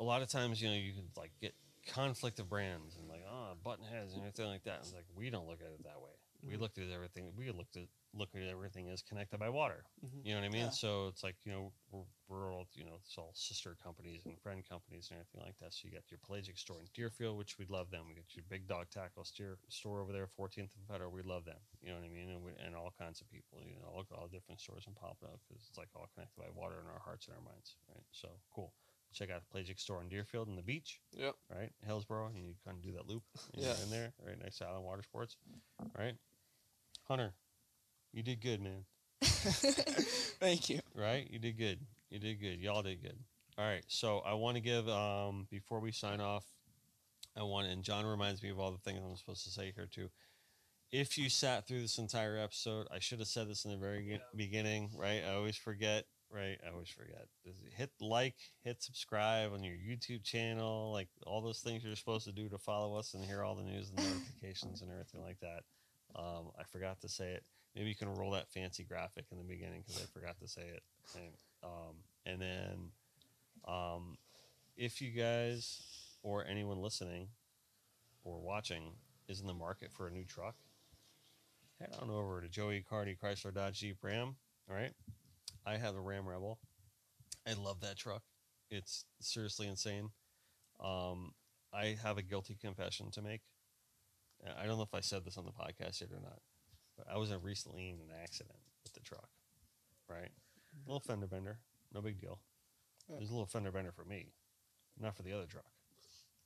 B: a lot of times you know you can like get conflict of brands and like ah button heads and everything like that. It's like we don't look at it that way. We
C: Mhm.
B: looked at everything. We looked at look at everything as connected by water.
C: Mhm.
B: You know what I mean?
D: Yeah.
B: So it's like, you know, we're, we're all, you know, it's all sister companies and friend companies and everything like that. So you got your pelagic store in Deerfield, which we love them. We got your big dog tackle steer, store over there, 14th and Federal. We love them. You know what I mean? And, we, and all kinds of people, you know, all, all different stores in Pompano because it's like all connected by water in our hearts and our minds. Right. So cool. Check out the pelagic store in Deerfield and the beach
C: Yep.
B: right? Hillsboro, and you kind of do that loop and you're
C: Yeah.
B: in there, right next to Island Water Sports, right? Hunter, you did good, man.
D: Thank you.
B: Right? You did good. You did good. Y'all did good. All right. So I want to give um before we sign off, I want and John reminds me of all the things I'm supposed to say here too. If you sat through this entire episode, I should have said this in the very ge- beginning, right? I always forget, right? I always forget. Is it Hit like, hit subscribe on your YouTube channel, like all those things you're supposed to do to follow us and hear all the news and notifications and everything like that. Um, I forgot to say it. Maybe you can roll that fancy graphic in the beginning because I forgot to say it. And, um, and then, um, if you guys or anyone listening or watching is in the market for a new truck, head on over to Joey Cardi Chrysler Dodge Jeep Ram. All right, I have a Ram Rebel. I love that truck. It's seriously insane. Um, I have a guilty confession to make. Uh, I don't know if I said this on the podcast yet or not, but I was uh, recently in an accident with the truck. Right, a little fender bender, no big deal. It was a little fender bender for me, not for the other truck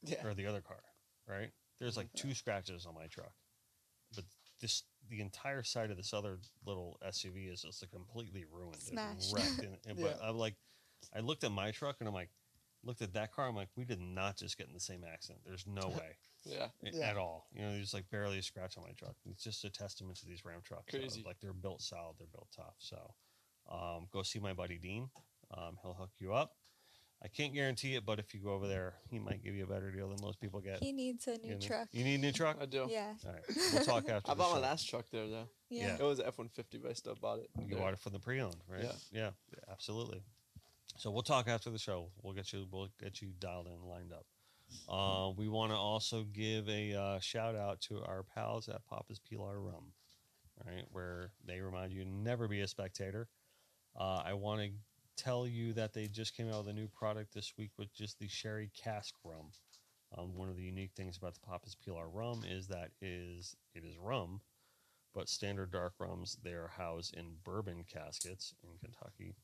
D: Yeah. Mm-hmm.
B: or the other car, right? There's like two scratches on my truck, but this the entire side of this other little SUV is just like completely ruined, and
E: Smashed.
B: wrecked. And, and-
D: Yeah.
B: But I'm like, I looked at my truck and I'm like, looked at that car. I'm like, we did not just get in the same accident. There's no way
C: Yeah.
B: a-
D: Yeah.
B: at all. You know, there's like barely a scratch on my truck. It's just a testament to these Ram trucks. So,
C: Crazy.
B: like they're built solid, they're built tough. So um, go see my buddy Dean. Um, he'll hook you up. I can't guarantee it, but if you go over there, he might give you a better deal than most people get.
E: he needs a
B: You
E: new
B: know?
E: truck
B: You need a new truck?
C: I do.
E: yeah
B: All right. We'll talk after.
C: I
B: the
C: bought my
B: show.
C: last truck there though.
E: yeah,
C: It was F one fifty, but I still bought it.
B: You
C: there.
B: bought it from the pre-owned, right?
C: Yeah.
B: yeah, absolutely. So we'll talk after the show. We'll get you. We'll get you dialed in, lined up. Uh, we want to also give a uh, shout out to our pals at Papa's Pilar Rum, right? Where they remind you never be a spectator. Uh, I want to tell you that they just came out with a new product this week with just the sherry cask rum. Um, one of the unique things about the Papa's Pilar rum is that is it is rum, but standard dark rums they are housed in bourbon caskets in Kentucky,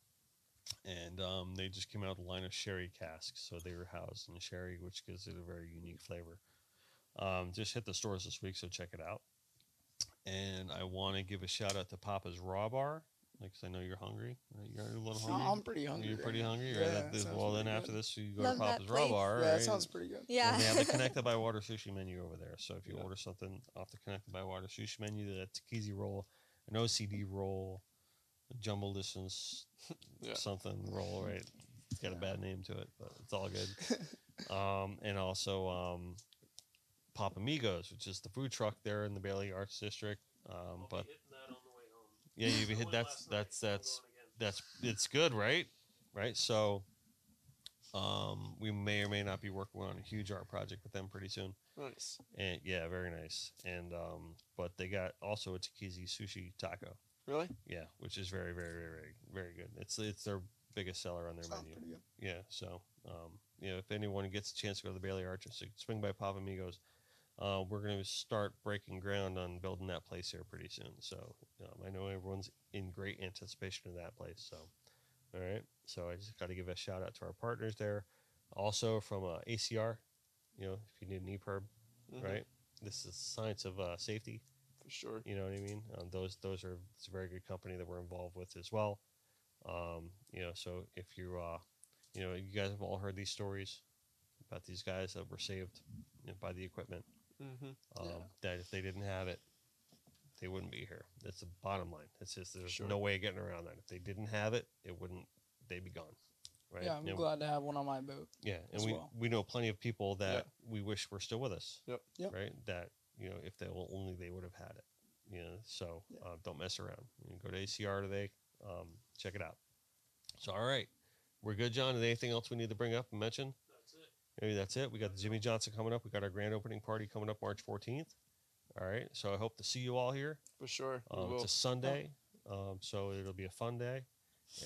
B: and um, they just came out with a line of sherry casks, so they were housed in sherry, which gives it a very unique flavor. Um, just hit the stores this week, so check it out. And I want to give a shout out to Papa's Raw Bar Like, 'cause I know you're hungry. Right? You're already a little
D: I'm-
B: hungry.
D: I'm pretty hungry.
B: You're
D: right
B: pretty
D: now.
B: hungry.
D: Yeah,
B: right? That-
D: that
B: this-
D: sounds
B: well,
D: pretty
B: then after
D: good.
B: this, you go
E: Love
B: to
E: that
B: Papa's Raw
E: place.
D: Yeah,
B: Bar.
D: that
B: right?
D: sounds pretty good.
B: And they have
E: Yeah.
B: the Connected by Water sushi menu over there. So if you
C: Yeah.
B: order something off the Connected by Water sushi menu, the Takizi roll, an OCD roll, a jumbo distance,
C: Yeah.
B: something roll, right? It's got a bad name to it, but it's all good. um, and also um, Pop Amigos, which is the food truck there in the Bailey Arts District. Um,
F: I'll
B: but
F: be hitting that on the way home.
B: yeah, you
F: I
B: hit
F: went
B: that's
F: last night.
B: that's
F: I'm
B: that's
F: going again.
B: that's it's good, right? Right. So, um, we may or may not be working on a huge art project with them pretty soon.
C: Nice.
B: And yeah, very nice. And um, but they got also a Takizi sushi taco.
C: Really?
B: Yeah, which is very, very, very, very, very good. It's it's their biggest seller on their
D: Sounds
B: menu.
D: pretty good.
B: Yeah. So, um, you know, if anyone gets a chance to go to the Bailey Arches, like, swing by Papamigos. Uh, we're going to start breaking ground on building that place here pretty soon. So um, I know everyone's in great anticipation of that place. So, all right. So I just got to give a shout out to our partners there. Also from uh, ACR, you know, if you need an EPIRB,
C: Mhm,
B: right? This is science of uh, safety.
C: For sure.
B: You know what I mean? Um, those those are it's a very good company that we're involved with as well. Um, you know, so if you uh, you know, you guys have all heard these stories about these guys that were saved you know, by the equipment.
C: Mm-hmm.
B: Um,
C: Yeah.
B: That if they didn't have it, they wouldn't be here. That's the bottom line. It's just there's
C: Sure.
B: no way of getting around that. If they didn't have it, it wouldn't. They'd be gone. Right?
D: Yeah, I'm
B: You know,
D: glad to have one on my boat.
B: yeah, and
D: as
B: we,
D: well.
B: we know plenty of people that we wish were still with us.
C: Yep.
D: Yep.
B: Right. That you know, if they will only they would have had it. You know, so
D: Yeah.
B: uh, don't mess around. You know, go to ACR today. Um, check it out. So all right, we're good, John. Is there anything else we need to bring up and mention?
F: That's it.
B: Maybe that's it. We got the Jimmy Johnson coming up. We got our grand opening party coming up March 14th. All right. So I hope to see you all here.
C: For sure. We
B: Um,
C: will.
B: it's a Sunday, um, so it'll be a fun day,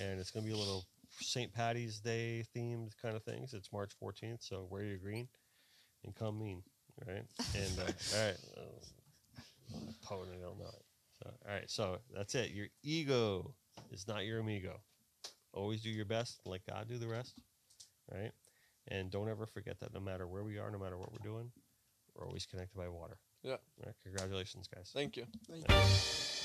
B: and it's going to be a little St. Patty's Day themed kind of things. It's March 14th, so wear your green and come mean, right? And uh, all right, uh, poet in Illinois. So, all right, so that's it. Your ego is not your amigo. Always do your best, let God do the rest, right? And don't ever forget that no matter where we are, no matter what we're doing, we're always connected by water.
C: Yeah.
B: All right, congratulations, guys.
C: Thank you.
D: Thank you.